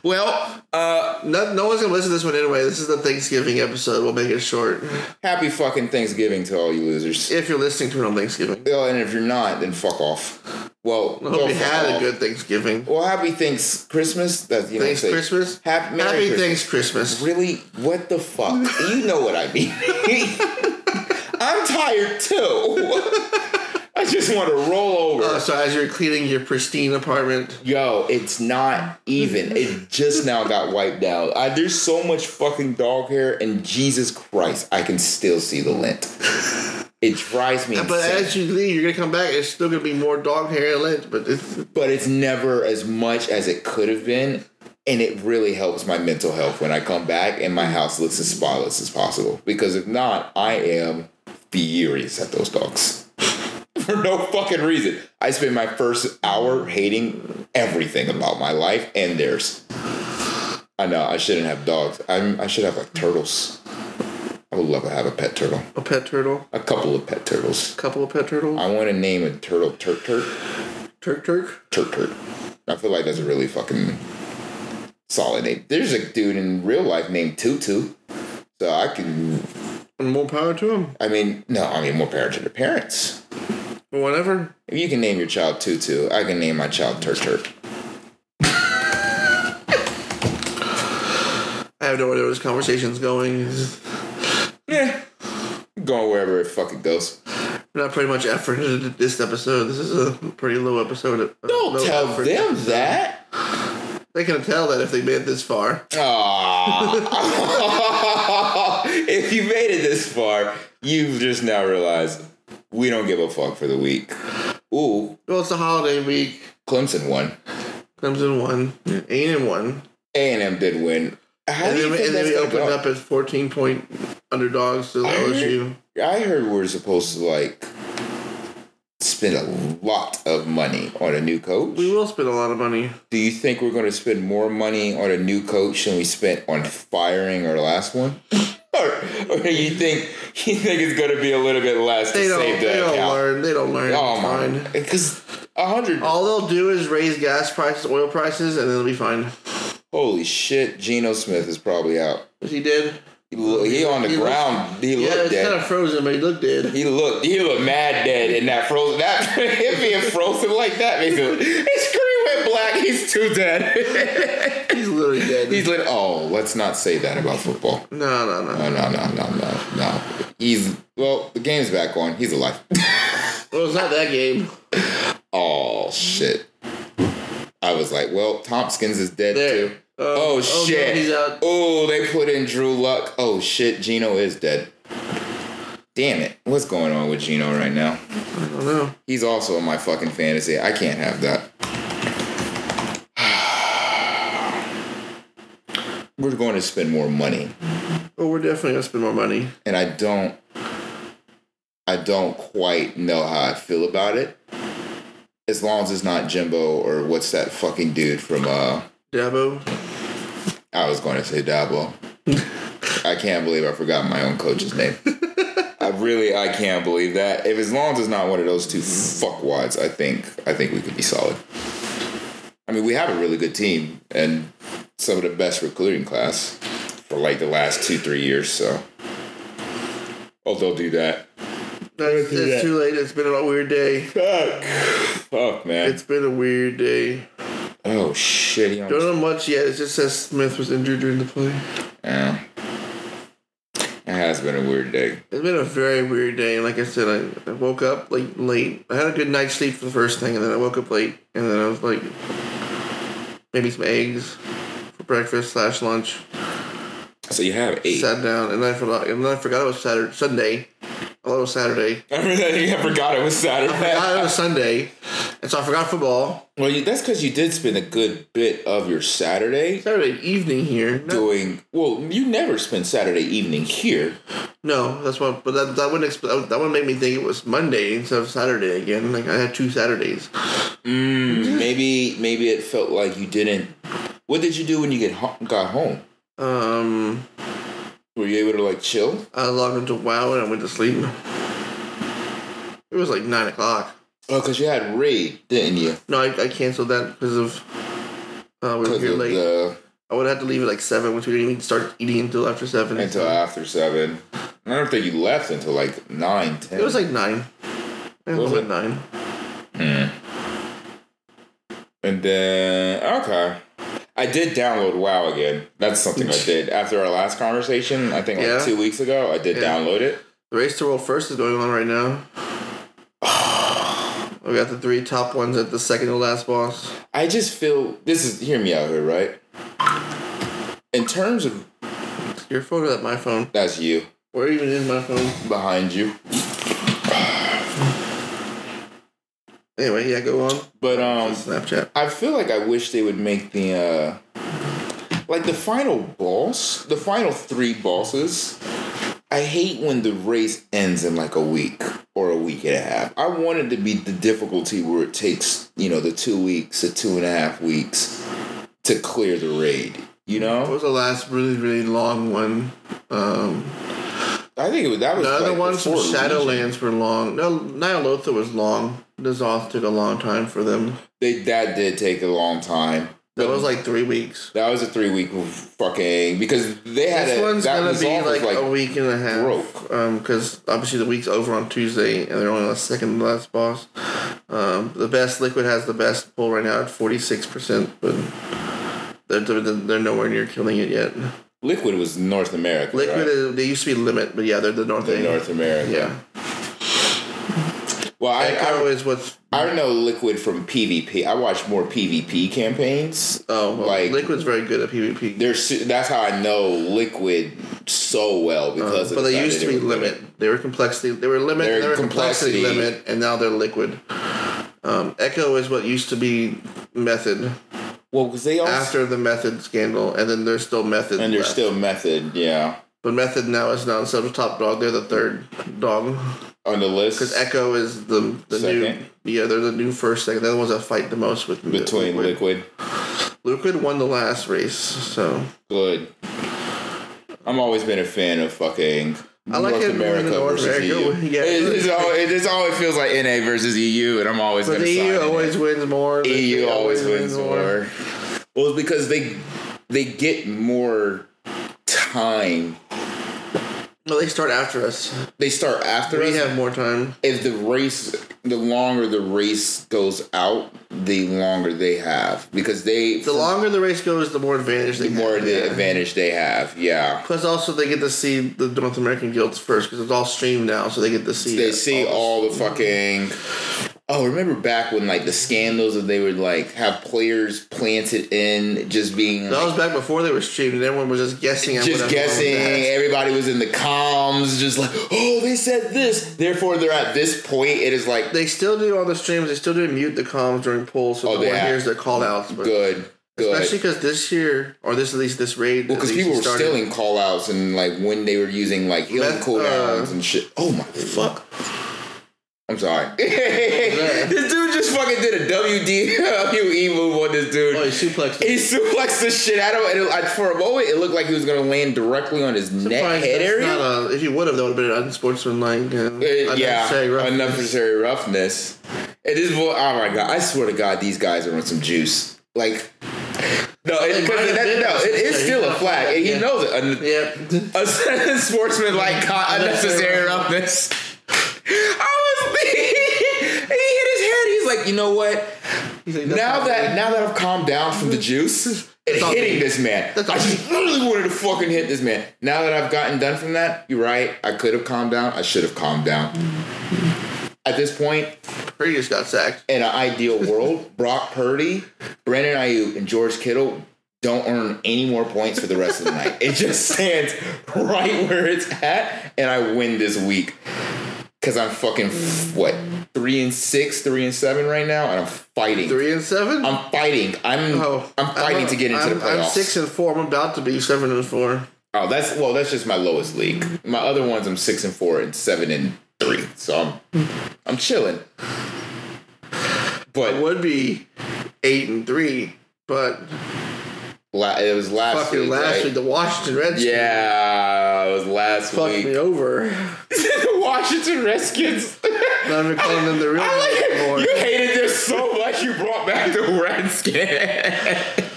[SPEAKER 1] Well, uh,
[SPEAKER 2] No, no one's gonna listen to this one anyway. This is the Thanksgiving episode. We'll make it short.
[SPEAKER 1] happy fucking Thanksgiving to all you losers.
[SPEAKER 2] If you're listening to it on Thanksgiving,
[SPEAKER 1] Oh, and if you're not, then fuck off. Well,
[SPEAKER 2] I hope
[SPEAKER 1] don't
[SPEAKER 2] you
[SPEAKER 1] fuck
[SPEAKER 2] had a
[SPEAKER 1] off.
[SPEAKER 2] good Thanksgiving.
[SPEAKER 1] Well, happy thanks Christmas. That's you know
[SPEAKER 2] Thanks
[SPEAKER 1] say-
[SPEAKER 2] Christmas.
[SPEAKER 1] Hap- Merry
[SPEAKER 2] Happy
[SPEAKER 1] Christmas.
[SPEAKER 2] Thanks Christmas.
[SPEAKER 1] Really, what the fuck?
[SPEAKER 2] (laughs)
[SPEAKER 1] you know what I mean. (laughs) I'm tired too. (laughs) I just want to roll over.
[SPEAKER 2] Uh, so as you're cleaning your pristine apartment,
[SPEAKER 1] Yo, it's not even. It just now got wiped out. I, there's so much fucking dog hair, and Jesus Christ, I can still see the lint. It drives me
[SPEAKER 2] but
[SPEAKER 1] insane.
[SPEAKER 2] as you leave, you're gonna come back. It's still gonna be more dog hair and lint, but it's
[SPEAKER 1] but it's never as much as it could have been. And it really helps my mental health when I come back and my house looks as spotless as possible. Because if not, I am furious at those dogs. (laughs) For no fucking reason. I spent my first hour hating everything about my life and theirs. I know, I shouldn't have dogs. I'm, I should have like turtles. I would love to have a pet turtle.
[SPEAKER 2] a pet turtle,
[SPEAKER 1] A couple of pet turtles.
[SPEAKER 2] a couple of pet turtles,
[SPEAKER 1] I want to name a turtle Turk Turk.
[SPEAKER 2] Turk Turk.
[SPEAKER 1] Turk Turk. I feel like that's a really fucking solid name. There's a dude in real life named Tutu. So I can,
[SPEAKER 2] And more power to him.
[SPEAKER 1] I mean, no, I mean, more power to the parents.
[SPEAKER 2] Whatever.
[SPEAKER 1] If you can name your child Tutu, I can name my child Turk Turk.
[SPEAKER 2] I have no idea where this conversation's going.
[SPEAKER 1] Yeah. Going wherever it fucking goes.
[SPEAKER 2] Not pretty much effort into this episode. This is a pretty low episode.
[SPEAKER 1] Don't
[SPEAKER 2] low
[SPEAKER 1] tell
[SPEAKER 2] effort.
[SPEAKER 1] them that.
[SPEAKER 2] They can tell that if they made it this far.
[SPEAKER 1] Aw. (laughs) if you made it this far, you've just now realized we don't give a fuck for the week. Ooh,
[SPEAKER 2] Well, it's the holiday week.
[SPEAKER 1] Clemson won.
[SPEAKER 2] Clemson won. Ain't in one.
[SPEAKER 1] A and M did win. How
[SPEAKER 2] And
[SPEAKER 1] do
[SPEAKER 2] then,
[SPEAKER 1] you
[SPEAKER 2] we-
[SPEAKER 1] think
[SPEAKER 2] and then
[SPEAKER 1] that's
[SPEAKER 2] we
[SPEAKER 1] gonna
[SPEAKER 2] opened
[SPEAKER 1] go?
[SPEAKER 2] up as 14 point underdogs to the
[SPEAKER 1] I heard-
[SPEAKER 2] LSU.
[SPEAKER 1] I heard we're supposed to like spend a lot of money on a new coach.
[SPEAKER 2] We will spend a lot of money.
[SPEAKER 1] Do you think we're going to spend more money on a new coach than we spent on firing our last one? (laughs) or, or do you think you think it's going to be a little bit less
[SPEAKER 2] They
[SPEAKER 1] to
[SPEAKER 2] don't,
[SPEAKER 1] save the
[SPEAKER 2] they don't
[SPEAKER 1] account?
[SPEAKER 2] learn. They don't learn.
[SPEAKER 1] Oh
[SPEAKER 2] It's
[SPEAKER 1] my!
[SPEAKER 2] fine. Oh.
[SPEAKER 1] Because a hundred.
[SPEAKER 2] All they'll do is raise gas prices, oil prices, and then it'll be fine.
[SPEAKER 1] Holy shit! Geno Smith is probably out.
[SPEAKER 2] As he did.
[SPEAKER 1] He, lo- he on the
[SPEAKER 2] He looks-
[SPEAKER 1] ground. He
[SPEAKER 2] Yeah,
[SPEAKER 1] looked
[SPEAKER 2] it's
[SPEAKER 1] dead.
[SPEAKER 2] kind of frozen, but he looked dead.
[SPEAKER 1] He looked, he looked mad dead in that frozen. That (laughs) him being frozen like that makes him. His screen went black. He's too dead. (laughs)
[SPEAKER 2] (laughs) He's literally dead.
[SPEAKER 1] he's like, oh, let's not say that about football.
[SPEAKER 2] no, no, no.
[SPEAKER 1] No, no, no, no, no, no. He's well, the game's back on. He's alive. (laughs)
[SPEAKER 2] Well, it's not that game.
[SPEAKER 1] oh shit. I was like, well, Tompkins is dead
[SPEAKER 2] There.
[SPEAKER 1] too.
[SPEAKER 2] Uh,
[SPEAKER 1] Oh, shit.
[SPEAKER 2] no, he's out.
[SPEAKER 1] Oh, they put in Drew Luck. Oh shit, Gino is dead. Damn it. What's going on with Gino right now?
[SPEAKER 2] I don't know.
[SPEAKER 1] He's also in my fucking fantasy. I can't have that. (sighs) We're going to spend more money,
[SPEAKER 2] Well, Oh, we're definitely gonna spend more money.
[SPEAKER 1] and I don't, I don't quite know how I feel about it. As long as it's not Jimbo or what's that fucking dude from? uh
[SPEAKER 2] Dabo.
[SPEAKER 1] I was going to say Dabo. I can't believe I forgot my own coach's name. I really, I can't believe that. If as long as it's not one of those two fuckwads, I think, I think we could be solid. I mean, we have a really good team and some of the best recruiting class for like the last two, three years. So, oh, they'll do that.
[SPEAKER 2] That's,
[SPEAKER 1] do that.
[SPEAKER 2] it's too late. It's been a
[SPEAKER 1] (laughs)
[SPEAKER 2] weird day.
[SPEAKER 1] Fuck, fuck, man.
[SPEAKER 2] It's been a weird day.
[SPEAKER 1] oh shit, he almost
[SPEAKER 2] Don't know much yet. It just says Smith was injured during the play.
[SPEAKER 1] Yeah. It has been a weird day.
[SPEAKER 2] It's been a very weird day. Like I said, I, I woke up like late. I had a good night's sleep for the first thing, and then I woke up late, and then I was like, maybe some eggs for breakfast slash lunch.
[SPEAKER 1] So you have eight. (laughs)
[SPEAKER 2] Sat down, and then I forgot. And then I forgot it was Saturday, Sunday. I thought it was Saturday.
[SPEAKER 1] I mean, I forgot it was Saturday.
[SPEAKER 2] I forgot it was Sunday, And so I forgot football.
[SPEAKER 1] Well, you, that's because you did spend a good bit of your Saturday
[SPEAKER 2] Saturday evening here. No,
[SPEAKER 1] doing. Well, you never spend Saturday evening here.
[SPEAKER 2] no, that's what. But that that wouldn't expl- that would make me think it was Monday instead of Saturday again. Like I had two Saturdays.
[SPEAKER 1] Mm, maybe maybe it felt like you didn't. What did you do when you get ho- got home?
[SPEAKER 2] Um,
[SPEAKER 1] Were you able to like chill?
[SPEAKER 2] I logged into WoW and I went to sleep. It was like nine o'clock.
[SPEAKER 1] Oh, cause you had raid, didn't you?
[SPEAKER 2] No, I, I canceled that because of uh, we were
[SPEAKER 1] Because
[SPEAKER 2] here
[SPEAKER 1] of
[SPEAKER 2] late.
[SPEAKER 1] the
[SPEAKER 2] I would have to leave at like seven, which we didn't even start eating until after seven.
[SPEAKER 1] until after seven. And I don't think you left until like nine, ten.
[SPEAKER 2] it was like nine. It was
[SPEAKER 1] Was
[SPEAKER 2] like
[SPEAKER 1] it?
[SPEAKER 2] nine.
[SPEAKER 1] And then okay. I did download WoW again. That's something I did. After our last conversation, I think like
[SPEAKER 2] Yeah.
[SPEAKER 1] two weeks ago, I did
[SPEAKER 2] Yeah.
[SPEAKER 1] download it.
[SPEAKER 2] The race to world first is going on right now. (sighs) we got the three top ones at the second to last boss.
[SPEAKER 1] I just feel this is hear me out here, right? In terms of
[SPEAKER 2] Your phone or that my phone?
[SPEAKER 1] that's you
[SPEAKER 2] Where even is my phone?
[SPEAKER 1] behind you.
[SPEAKER 2] Anyway, yeah, go on.
[SPEAKER 1] But um
[SPEAKER 2] Snapchat.
[SPEAKER 1] I feel like I wish they would make the uh like the final boss, the final three bosses. I hate when the race ends in like a week or a week and a half. I want it to be the difficulty where it takes, you know, the two weeks to two and a half weeks to clear the raid. You
[SPEAKER 2] What
[SPEAKER 1] know?
[SPEAKER 2] was the last really, really long one? Um,
[SPEAKER 1] I think it was that was
[SPEAKER 2] the other
[SPEAKER 1] like
[SPEAKER 2] ones from
[SPEAKER 1] before Legion.
[SPEAKER 2] Shadowlands were long. No, Nyalotha was long. Nazoth took a long time for them.
[SPEAKER 1] They that did take a long time.
[SPEAKER 2] That was like three weeks.
[SPEAKER 1] That was a three week fucking because they had
[SPEAKER 2] This
[SPEAKER 1] a,
[SPEAKER 2] one's
[SPEAKER 1] that
[SPEAKER 2] gonna
[SPEAKER 1] was
[SPEAKER 2] be
[SPEAKER 1] all
[SPEAKER 2] like,
[SPEAKER 1] was
[SPEAKER 2] a week and a half.
[SPEAKER 1] broke.
[SPEAKER 2] Um, because obviously the week's over on Tuesday, and they're only on the second to last boss. Um, the best liquid has the best pull right now at forty six percent, but they're, they're they're nowhere near killing it yet.
[SPEAKER 1] Liquid was North America.
[SPEAKER 2] Liquid
[SPEAKER 1] right?
[SPEAKER 2] is, they used to be limit, but yeah, they're the north
[SPEAKER 1] in
[SPEAKER 2] end.
[SPEAKER 1] North America.
[SPEAKER 2] Yeah, um,
[SPEAKER 1] Well, I,
[SPEAKER 2] Echo
[SPEAKER 1] I
[SPEAKER 2] is what's
[SPEAKER 1] I know Liquid from PvP. I watch more PvP campaigns.
[SPEAKER 2] oh well,
[SPEAKER 1] Like-
[SPEAKER 2] liquid's very good at PvP.
[SPEAKER 1] There's su- that's how I know Liquid so well because.
[SPEAKER 2] uh, But
[SPEAKER 1] of the
[SPEAKER 2] they
[SPEAKER 1] fact
[SPEAKER 2] used
[SPEAKER 1] that
[SPEAKER 2] to
[SPEAKER 1] it
[SPEAKER 2] be
[SPEAKER 1] was
[SPEAKER 2] limit. They were complexity. They were limit.
[SPEAKER 1] They're
[SPEAKER 2] They were complexity,
[SPEAKER 1] complexity.
[SPEAKER 2] limit, and now they're liquid. Um, Echo is what used to be method
[SPEAKER 1] Well, because they also
[SPEAKER 2] after the method scandal, and then there's still method.
[SPEAKER 1] and they're
[SPEAKER 2] left.
[SPEAKER 1] still method. Yeah,
[SPEAKER 2] but method now is now instead of top dog, they're the third dog
[SPEAKER 1] on the list
[SPEAKER 2] because Echo is the the
[SPEAKER 1] Second.
[SPEAKER 2] new yeah they're the new first second. They're the ones that fight the most with
[SPEAKER 1] between
[SPEAKER 2] liquid.
[SPEAKER 1] Liquid.
[SPEAKER 2] Liquid won the last race, so
[SPEAKER 1] Good. I'm always been a fan of fucking.
[SPEAKER 2] I like
[SPEAKER 1] North
[SPEAKER 2] it when
[SPEAKER 1] America
[SPEAKER 2] North
[SPEAKER 1] versus
[SPEAKER 2] America-
[SPEAKER 1] EU.
[SPEAKER 2] yeah.
[SPEAKER 1] it, it's all, it just always feels like NA versus EU, and I'm always.
[SPEAKER 2] but
[SPEAKER 1] gonna
[SPEAKER 2] the
[SPEAKER 1] side
[SPEAKER 2] EU
[SPEAKER 1] NA.
[SPEAKER 2] always wins more. The
[SPEAKER 1] EU always wins more. Well, it's because they they get more time.
[SPEAKER 2] No, they start after us.
[SPEAKER 1] They start after
[SPEAKER 2] We
[SPEAKER 1] us.
[SPEAKER 2] have more time.
[SPEAKER 1] if the race, the longer the race goes out, the longer they have because they
[SPEAKER 2] The longer the race goes, the more advantage they
[SPEAKER 1] the more
[SPEAKER 2] have.
[SPEAKER 1] the advantage they have. Yeah,
[SPEAKER 2] Plus, also they get to see the North American guilds first because it's all streamed now, so they get to see.
[SPEAKER 1] they
[SPEAKER 2] it.
[SPEAKER 1] see all the fucking. Oh, remember back when like the scandals that they would like have players planted in just being
[SPEAKER 2] That was back before they were streamed, and everyone was just guessing. at
[SPEAKER 1] just
[SPEAKER 2] whatever one was
[SPEAKER 1] guessing.
[SPEAKER 2] asked.
[SPEAKER 1] Everybody was in the comms, just like, oh, they said this, therefore they're at this point. It is like
[SPEAKER 2] They still do on the streams. They still do mute the comms during polls, so
[SPEAKER 1] Oh,
[SPEAKER 2] no
[SPEAKER 1] they
[SPEAKER 2] one
[SPEAKER 1] have-
[SPEAKER 2] hears their call outs. But
[SPEAKER 1] good, good.
[SPEAKER 2] especially because this year, or this at least this raid,
[SPEAKER 1] Because people were stealing call outs and like when they were using like healing
[SPEAKER 2] Meth-
[SPEAKER 1] cooldowns
[SPEAKER 2] uh,
[SPEAKER 1] and shit. Oh my fuck. I'm sorry. (laughs)
[SPEAKER 2] that?
[SPEAKER 1] this dude just fucking did a WDWE E move on this dude.
[SPEAKER 2] Oh, he suplexed.
[SPEAKER 1] He suplexed the shit out of him. And it, like, for a moment, it looked like he was gonna land directly on his neck
[SPEAKER 2] Surprised
[SPEAKER 1] head
[SPEAKER 2] that's
[SPEAKER 1] area.
[SPEAKER 2] not a- if he would have, that would have been an unsportsmanlike. Uh,
[SPEAKER 1] Uh,
[SPEAKER 2] unnecessary
[SPEAKER 1] yeah,
[SPEAKER 2] roughness.
[SPEAKER 1] unnecessary roughness. It is. more- Oh my god! I swear to God, these guys are on some juice. Like, no, it,
[SPEAKER 2] It might have
[SPEAKER 1] that-
[SPEAKER 2] been
[SPEAKER 1] no, it is
[SPEAKER 2] unnecessary.
[SPEAKER 1] still a flag, and he
[SPEAKER 2] Yeah.
[SPEAKER 1] knows it. Un-
[SPEAKER 2] (laughs) Yeah.
[SPEAKER 1] a (laughs) sportsman like caught unnecessary
[SPEAKER 2] Unnecessary
[SPEAKER 1] roughness. (laughs) I was. (laughs) and he hit his head. He's like, you know what?
[SPEAKER 2] He's like, that's
[SPEAKER 1] Now
[SPEAKER 2] not-
[SPEAKER 1] that now that I've calmed down from the juice and
[SPEAKER 2] That's all
[SPEAKER 1] hitting
[SPEAKER 2] me.
[SPEAKER 1] this man,
[SPEAKER 2] That's
[SPEAKER 1] I
[SPEAKER 2] all
[SPEAKER 1] just literally wanted to fucking hit this man. Now that I've gotten done from that, you're right. I could have calmed down. I should have calmed down. At this point,
[SPEAKER 2] Curry just got sacked.
[SPEAKER 1] in an ideal
[SPEAKER 2] (laughs)
[SPEAKER 1] world, Brock Purdy, Brandon Ayuk, and George Kittle don't earn any more points for the rest of the
[SPEAKER 2] (laughs)
[SPEAKER 1] night. It just stands right where it's at, and I win this week. because I'm fucking what three and six, three and seven right now, and I'm fighting.
[SPEAKER 2] Three and seven.
[SPEAKER 1] I'm fighting. I'm
[SPEAKER 2] Oh,
[SPEAKER 1] I'm fighting
[SPEAKER 2] a-
[SPEAKER 1] to get into
[SPEAKER 2] I'm-
[SPEAKER 1] the playoffs.
[SPEAKER 2] I'm six and four. I'm about to be seven and four.
[SPEAKER 1] Oh, that's well. That's just my lowest league. My other ones, I'm six and four and seven and three. So I'm I'm chilling.
[SPEAKER 2] I
[SPEAKER 1] But
[SPEAKER 2] would be eight and three, but
[SPEAKER 1] la- it was last
[SPEAKER 2] fucking
[SPEAKER 1] week.
[SPEAKER 2] last
[SPEAKER 1] right?
[SPEAKER 2] week the Washington Redskins
[SPEAKER 1] Yeah, it was last
[SPEAKER 2] fucked
[SPEAKER 1] week.
[SPEAKER 2] me over.
[SPEAKER 1] the (laughs) Washington Redskins.
[SPEAKER 2] Not even calling them the
[SPEAKER 1] (laughs)
[SPEAKER 2] real
[SPEAKER 1] I
[SPEAKER 2] name anymore.
[SPEAKER 1] like it.
[SPEAKER 2] (laughs)
[SPEAKER 1] You hated this so much you brought back the Redskins. (laughs)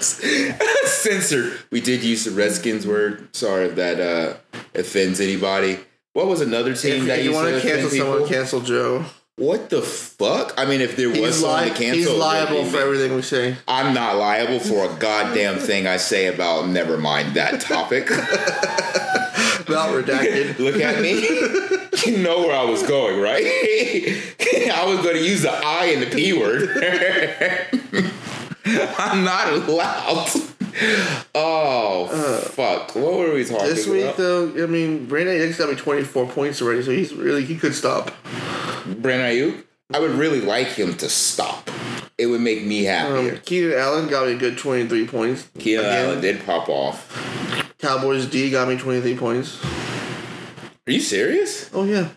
[SPEAKER 1] Censored. We did use the Redskins word. Sorry if that uh, offends anybody. What was another team
[SPEAKER 2] If
[SPEAKER 1] that
[SPEAKER 2] you,
[SPEAKER 1] used
[SPEAKER 2] want to
[SPEAKER 1] offend
[SPEAKER 2] cancel someone,
[SPEAKER 1] people?
[SPEAKER 2] cancel Joe.
[SPEAKER 1] What the fuck? I mean, if there was
[SPEAKER 2] He's,
[SPEAKER 1] someone
[SPEAKER 2] li-
[SPEAKER 1] to cancel,
[SPEAKER 2] he's
[SPEAKER 1] it would
[SPEAKER 2] liable
[SPEAKER 1] be
[SPEAKER 2] for
[SPEAKER 1] me.
[SPEAKER 2] everything we say.
[SPEAKER 1] I'm not liable for a goddamn thing I say about. Never mind that topic.
[SPEAKER 2] (laughs) About
[SPEAKER 1] (laughs)
[SPEAKER 2] redacted.
[SPEAKER 1] Look at me. You know where I was going, right? (laughs) I was going to use the I and the P word. (laughs) I'm not allowed. Oh fuck! What were we talking
[SPEAKER 2] This week,
[SPEAKER 1] about?
[SPEAKER 2] though, I mean, Brandon Ayuk's got me 24 points already, so he's really, he could stop.
[SPEAKER 1] Brandon Ayuk. I would really like him to stop. It would make me happier.
[SPEAKER 2] Um, Keenan Allen got me a good 23 points.
[SPEAKER 1] Keenan
[SPEAKER 2] Again,
[SPEAKER 1] Allen did pop off.
[SPEAKER 2] Cowboys D got me 23 points.
[SPEAKER 1] Are you serious?
[SPEAKER 2] Oh, yeah.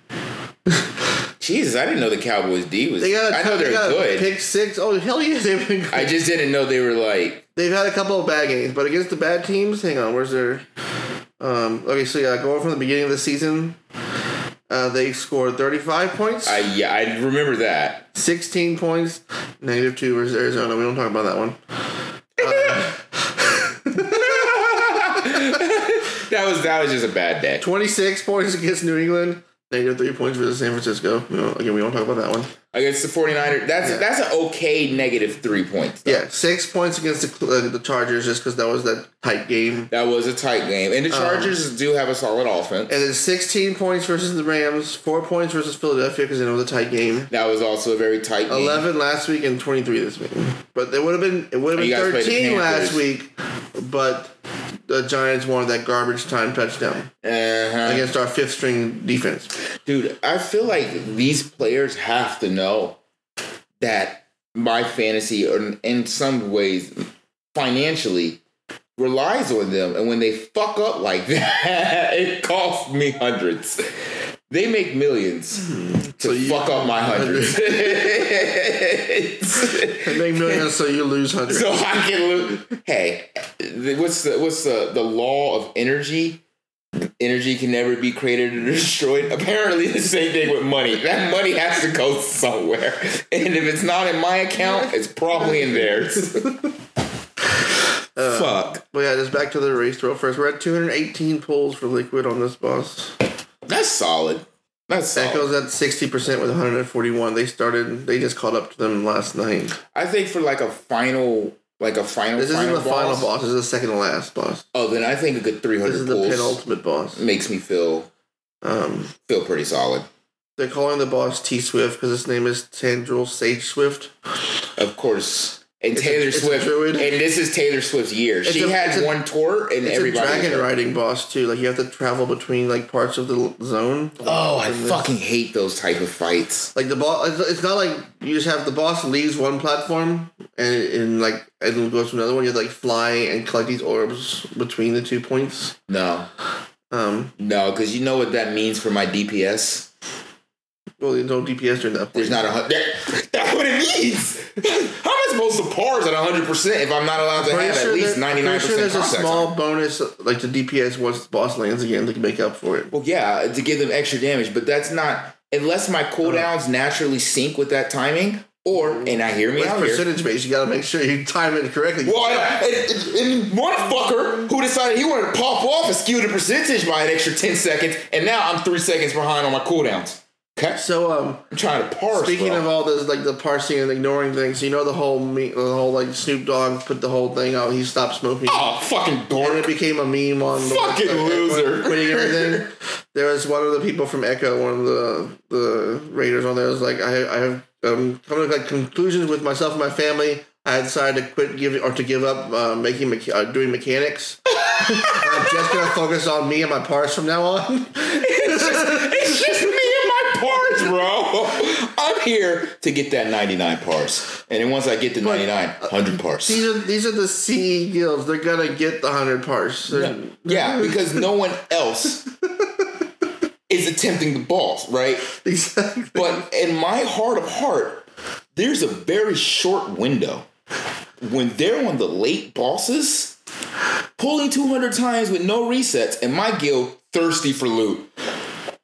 [SPEAKER 1] Jesus, I didn't know the Cowboys D was.
[SPEAKER 2] They got a,
[SPEAKER 1] I know
[SPEAKER 2] they
[SPEAKER 1] they're
[SPEAKER 2] got a
[SPEAKER 1] good.
[SPEAKER 2] pick six. Oh, hell yeah, they've been good.
[SPEAKER 1] I just didn't know they were like.
[SPEAKER 2] They've had a couple of bad games, but against the bad teams, hang on, where's their? Um, okay, so yeah, going from the beginning of the season, uh, they scored thirty-five points,
[SPEAKER 1] I yeah, I remember that.
[SPEAKER 2] sixteen points, negative two versus Arizona. We don't talk about that one.
[SPEAKER 1] That was that was just a bad day.
[SPEAKER 2] Twenty-six points against New England, negative three points versus San Francisco. We don't, again, we don't talk about that one.
[SPEAKER 1] Against the 49ers, that's that's an okay negative three points. though.
[SPEAKER 2] Yeah, six points against the, uh, the Chargers, just because that was that tight game,
[SPEAKER 1] That was a tight game, and the
[SPEAKER 2] Um,
[SPEAKER 1] Chargers do have a solid offense.
[SPEAKER 2] and then sixteen points versus the Rams, four points versus Philadelphia because it was a tight game.
[SPEAKER 1] That was also a very tight game.
[SPEAKER 2] 11 last week and 23 this week. But it would have been it would have
[SPEAKER 1] Oh, You guys
[SPEAKER 2] been
[SPEAKER 1] played the
[SPEAKER 2] 13 last
[SPEAKER 1] Panthers.
[SPEAKER 2] week, but the Giants wanted that garbage time touchdown
[SPEAKER 1] Uh-huh.
[SPEAKER 2] against our fifth string defense.
[SPEAKER 1] Dude, I feel like these players have to know that my fantasy, or in some ways, financially, relies on them. And when they fuck up like (laughs) that, it costs me hundreds. They make millions to
[SPEAKER 2] Hmm. So you-
[SPEAKER 1] fuck up my
[SPEAKER 2] (laughs)
[SPEAKER 1] hundreds. (laughs)
[SPEAKER 2] They make millions, so you lose
[SPEAKER 1] (laughs)
[SPEAKER 2] hundreds.
[SPEAKER 1] so I can lose. Hey, the- what's the what's the the law of energy? Energy can never be created or (laughs) destroyed. Apparently, the same thing with money. That money has to go somewhere, (laughs) and if it's not in my account, it's probably in theirs. (laughs) Fuck,
[SPEAKER 2] but yeah, just back to the race throw first. We're at 218 pulls for Liquid on this boss.
[SPEAKER 1] that's solid. That's solid.
[SPEAKER 2] Echoes at 60% with 141. They started, they just caught up to them last night.
[SPEAKER 1] I think for like a final, like a final.
[SPEAKER 2] This isn't
[SPEAKER 1] final
[SPEAKER 2] the final boss, this is the second to last boss.
[SPEAKER 1] Oh, then I think a good three
[SPEAKER 2] This is
[SPEAKER 1] hundred
[SPEAKER 2] the
[SPEAKER 1] pulls
[SPEAKER 2] penultimate boss.
[SPEAKER 1] makes me feel
[SPEAKER 2] Um,
[SPEAKER 1] feel pretty solid.
[SPEAKER 2] They're calling the boss T Swift because his name is Tandril Sage Swift.
[SPEAKER 1] Of course. And
[SPEAKER 2] It's a-
[SPEAKER 1] Taylor
[SPEAKER 2] it's a
[SPEAKER 1] Swift.
[SPEAKER 2] druid.
[SPEAKER 1] And this is Taylor Swift's year. she
[SPEAKER 2] a-
[SPEAKER 1] had
[SPEAKER 2] it's a-
[SPEAKER 1] one tour and
[SPEAKER 2] It's
[SPEAKER 1] everybody.
[SPEAKER 2] a dragon
[SPEAKER 1] was-
[SPEAKER 2] riding boss too. Like you have to travel between like parts of the l- zone.
[SPEAKER 1] Oh, I fucking hate those type of fights.
[SPEAKER 2] Like the boss, it's, it's not like you just have the boss leaves one platform and and like and goes to another one. You have to like fly and collect these orbs between the two points.
[SPEAKER 1] No.
[SPEAKER 2] Um,
[SPEAKER 1] No, because you know what that means for my DPS?
[SPEAKER 2] well, there's no DPS during that point.
[SPEAKER 1] There's not a hundred. That, that's what it means. (laughs) How am I supposed to parse at 100% if I'm not allowed to
[SPEAKER 2] Pretty
[SPEAKER 1] have at
[SPEAKER 2] sure
[SPEAKER 1] least
[SPEAKER 2] there-
[SPEAKER 1] 99%
[SPEAKER 2] pretty sure there's a
[SPEAKER 1] contact?
[SPEAKER 2] small bonus like the DPS once the boss lands again to make up for it.
[SPEAKER 1] Well, yeah, to give them extra damage, but that's not. Unless my cooldowns naturally sync with that timing, or, and I hear me
[SPEAKER 2] It's
[SPEAKER 1] out here.
[SPEAKER 2] percentage based. You got to make sure you time it correctly.
[SPEAKER 1] Well, I- and, and one fucker who decided he wanted to pop off and skew the percentage by an extra 10 seconds, and now I'm three seconds behind on my cooldowns. Okay?
[SPEAKER 2] So um,
[SPEAKER 1] I'm trying to parse.
[SPEAKER 2] Speaking
[SPEAKER 1] bro.
[SPEAKER 2] of uh, all this, like the parsing and ignoring things, you know the whole me, the whole like Snoop Dogg put the whole thing out. He stopped smoking,
[SPEAKER 1] Oh, fucking
[SPEAKER 2] and
[SPEAKER 1] dork.
[SPEAKER 2] it became a meme on the
[SPEAKER 1] Fucking
[SPEAKER 2] website, everyone
[SPEAKER 1] loser.
[SPEAKER 2] quitting everything. there was one of the people from Echo, one of the the Raiders on there was like, I I have um, come to like conclusions with myself and my family. I decided to quit giving or to give up uh, making mecha- uh,
[SPEAKER 1] (laughs)
[SPEAKER 2] doing mechanics. I'm just gonna focus on me and my parts from now on.
[SPEAKER 1] It's just me and my parts, bro. I'm here to get that 99 parse. And then once I get to 99,
[SPEAKER 2] uh,
[SPEAKER 1] 100 parse.
[SPEAKER 2] (laughs) These are these are the CE guilds. They're gonna get the hundred parts. They're-
[SPEAKER 1] Yeah, because no one else is attempting the balls, right?
[SPEAKER 2] (laughs) exactly.
[SPEAKER 1] But in my heart of heart, there's a very short window when they're on the late bosses, pulling 200 times with no resets, and my guild thirsty for loot.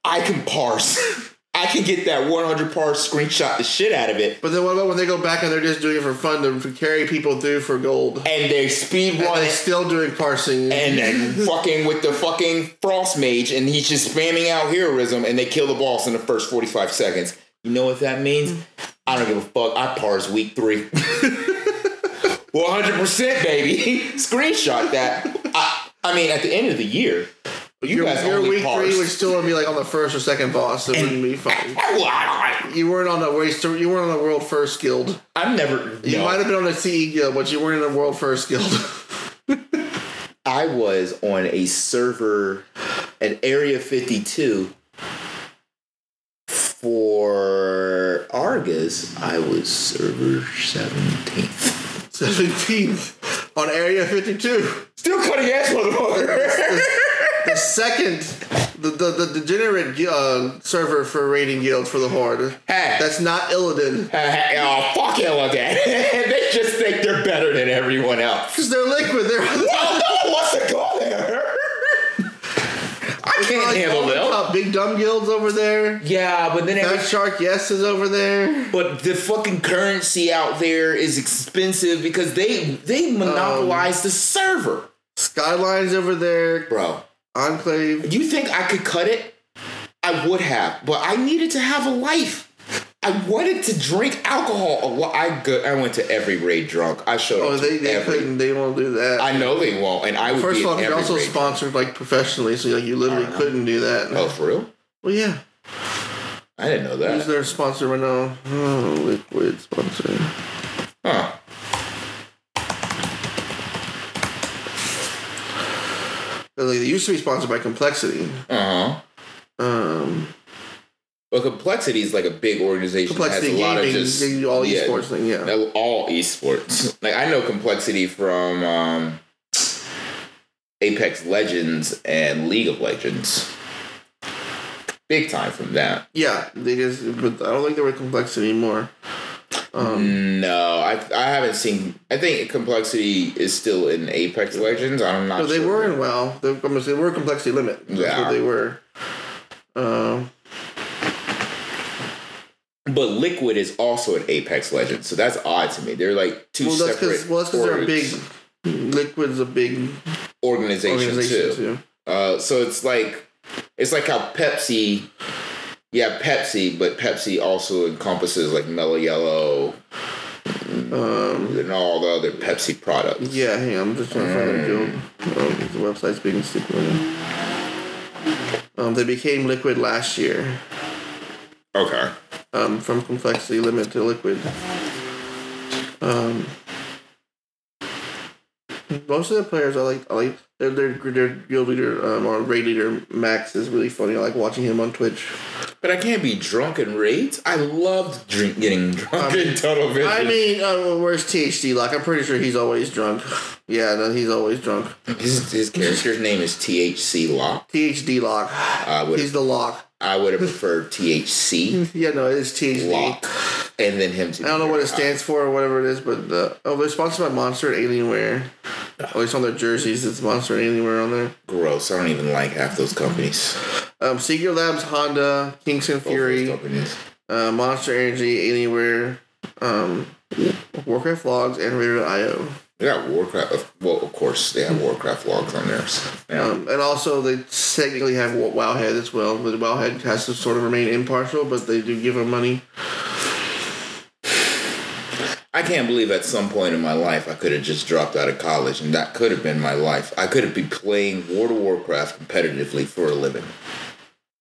[SPEAKER 1] I can parse. (laughs) I can get that 100 parse screenshot the shit out of it,
[SPEAKER 2] But then what about when they go back and they're just doing it for fun to for carry people through for gold?
[SPEAKER 1] and they speed
[SPEAKER 2] And
[SPEAKER 1] run
[SPEAKER 2] they're
[SPEAKER 1] it.
[SPEAKER 2] still doing parsing.
[SPEAKER 1] And
[SPEAKER 2] (laughs)
[SPEAKER 1] then fucking with the fucking frost mage, and he's just spamming out heroism, and they kill the boss in the first 45 seconds. You know what that means? I don't give a fuck. I pars week
[SPEAKER 2] (laughs)
[SPEAKER 1] three. 100%, baby. (laughs) Screenshot that. I, I mean, at the end of the year, you
[SPEAKER 2] your,
[SPEAKER 1] guys
[SPEAKER 2] your
[SPEAKER 1] only
[SPEAKER 2] week
[SPEAKER 1] parsed.
[SPEAKER 2] three
[SPEAKER 1] (laughs)
[SPEAKER 2] would still be like on the first or second boss. It wouldn't be fun. You weren't on the waste. You weren't on the world first guild.
[SPEAKER 1] I'm never.
[SPEAKER 2] You
[SPEAKER 1] no.
[SPEAKER 2] might have been on the CE guild, but you weren't in the world first guild. (laughs)
[SPEAKER 1] I was on a server at Area 52 for Argus. I was server 17th.
[SPEAKER 2] Seventeenth on Area Fifty Two.
[SPEAKER 1] Still cutting ass motherfucker.
[SPEAKER 2] The second, the the, the degenerate gu- uh, server for raiding guild for the horde.
[SPEAKER 1] (laughs) Hey.
[SPEAKER 2] That's not Illidan.
[SPEAKER 1] oh, fuck hell of that. (laughs) they just think they're better than everyone else.
[SPEAKER 2] Because they're liquid. They're
[SPEAKER 1] Oh, no one wants to go there. I can't
[SPEAKER 2] (laughs) like
[SPEAKER 1] handle
[SPEAKER 2] all the
[SPEAKER 1] them.
[SPEAKER 2] top Big dumb guilds over there.
[SPEAKER 1] Yeah, but then every
[SPEAKER 2] Fat Shark Yes is over there.
[SPEAKER 1] But the fucking currency out there is expensive because they they monopolize
[SPEAKER 2] Um,
[SPEAKER 1] the server,
[SPEAKER 2] Skyline's over there.
[SPEAKER 1] bro.
[SPEAKER 2] Enclave.
[SPEAKER 1] You think I could cut it? I would have, but I needed to have a life. I wanted to drink alcohol. a lo- I go, I went to every raid drunk. I showed
[SPEAKER 2] Oh,
[SPEAKER 1] up. to
[SPEAKER 2] they, they
[SPEAKER 1] every-
[SPEAKER 2] couldn't. They won't do that.
[SPEAKER 1] I know they won't, and I would
[SPEAKER 2] First
[SPEAKER 1] be
[SPEAKER 2] of all,
[SPEAKER 1] in
[SPEAKER 2] they're
[SPEAKER 1] every
[SPEAKER 2] also
[SPEAKER 1] raid.
[SPEAKER 2] sponsored like professionally, so like you literally couldn't do that.
[SPEAKER 1] oh, for real?
[SPEAKER 2] Well, yeah.
[SPEAKER 1] I didn't know
[SPEAKER 2] Who's
[SPEAKER 1] that.
[SPEAKER 2] their sponsor right now? Oh, Liquid sponsor.
[SPEAKER 1] Huh.
[SPEAKER 2] Like, they used to be sponsored by Complexity.
[SPEAKER 1] Uh huh.
[SPEAKER 2] Um,
[SPEAKER 1] But complexity is like a big organization. that
[SPEAKER 2] Complexity
[SPEAKER 1] has a lot
[SPEAKER 2] Gaming,
[SPEAKER 1] of just
[SPEAKER 2] they do all
[SPEAKER 1] yeah,
[SPEAKER 2] esports thing, yeah.
[SPEAKER 1] That was all esports. Like I know complexity from um, Apex Legends and League of Legends. Big time from that.
[SPEAKER 2] Yeah, they just, but I don't think they were Complexity anymore. Um.
[SPEAKER 1] No, I I haven't seen. I think complexity is still in Apex Legends. I'm not.
[SPEAKER 2] No, they
[SPEAKER 1] sure.
[SPEAKER 2] were in WoW. They, I mean, they were Complexity Limit. That's
[SPEAKER 1] Yeah.
[SPEAKER 2] what they were. Um,
[SPEAKER 1] But Liquid is also in Apex Legends, so that's odd to me. They're like two
[SPEAKER 2] well, that's because
[SPEAKER 1] separate.
[SPEAKER 2] well, that's 'cause they're a
[SPEAKER 1] orgs-
[SPEAKER 2] big. Liquid's a big
[SPEAKER 1] organization,
[SPEAKER 2] organization
[SPEAKER 1] too.
[SPEAKER 2] too.
[SPEAKER 1] Uh, so it's like it's like how Pepsi, yeah, Pepsi, but Pepsi also encompasses like Mellow Yellow
[SPEAKER 2] Um,
[SPEAKER 1] and all the other Pepsi products.
[SPEAKER 2] yeah, hang on, I'm just trying to find a guild. Um, the website's being stupid. right now. Um, they became Liquid last year.
[SPEAKER 1] Okay.
[SPEAKER 2] um, from complexity limit to liquid. Um, most of the players I like, I like their their, their guild leader um, or raid leader Max is really funny. I like watching him on Twitch.
[SPEAKER 1] But I can't be drunk in raids. I loved drink, getting (laughs) drunk in Tunnel Vision.
[SPEAKER 2] Um, I mean, uh, where's THD? Like, I'm pretty sure he's always drunk. (sighs) yeah, no, he's always drunk.
[SPEAKER 1] his, his character's name is THC Lock.
[SPEAKER 2] THD lock.
[SPEAKER 1] I would
[SPEAKER 2] He's the lock.
[SPEAKER 1] I would have preferred THC
[SPEAKER 2] Yeah, no, it's THD.
[SPEAKER 1] Lock, and then him. To uh,
[SPEAKER 2] I don't know what it stands for or whatever it is, but uh, oh, they're sponsored by Monster and Alienware. At least on their jerseys, it's Monster and Alienware on there.
[SPEAKER 1] Gross. I don't even like half those companies.
[SPEAKER 2] Um, Secret Labs, Honda, Kingston
[SPEAKER 1] Both those
[SPEAKER 2] Fury,
[SPEAKER 1] companies.
[SPEAKER 2] uh, Monster Energy, Alienware, um, Warcraft Logs, and Raider IO.
[SPEAKER 1] They got Warcraft. Well, of course they have Warcraft logs on theirs. Yeah.
[SPEAKER 2] Um, and also, they technically have Wo- Wowhead as well, but Wowhead has to sort of remain impartial, but they do give them money.
[SPEAKER 1] I can't believe at some point in my life I could have just dropped out of college, and that could have been my life. I could have been playing World of Warcraft competitively for a living,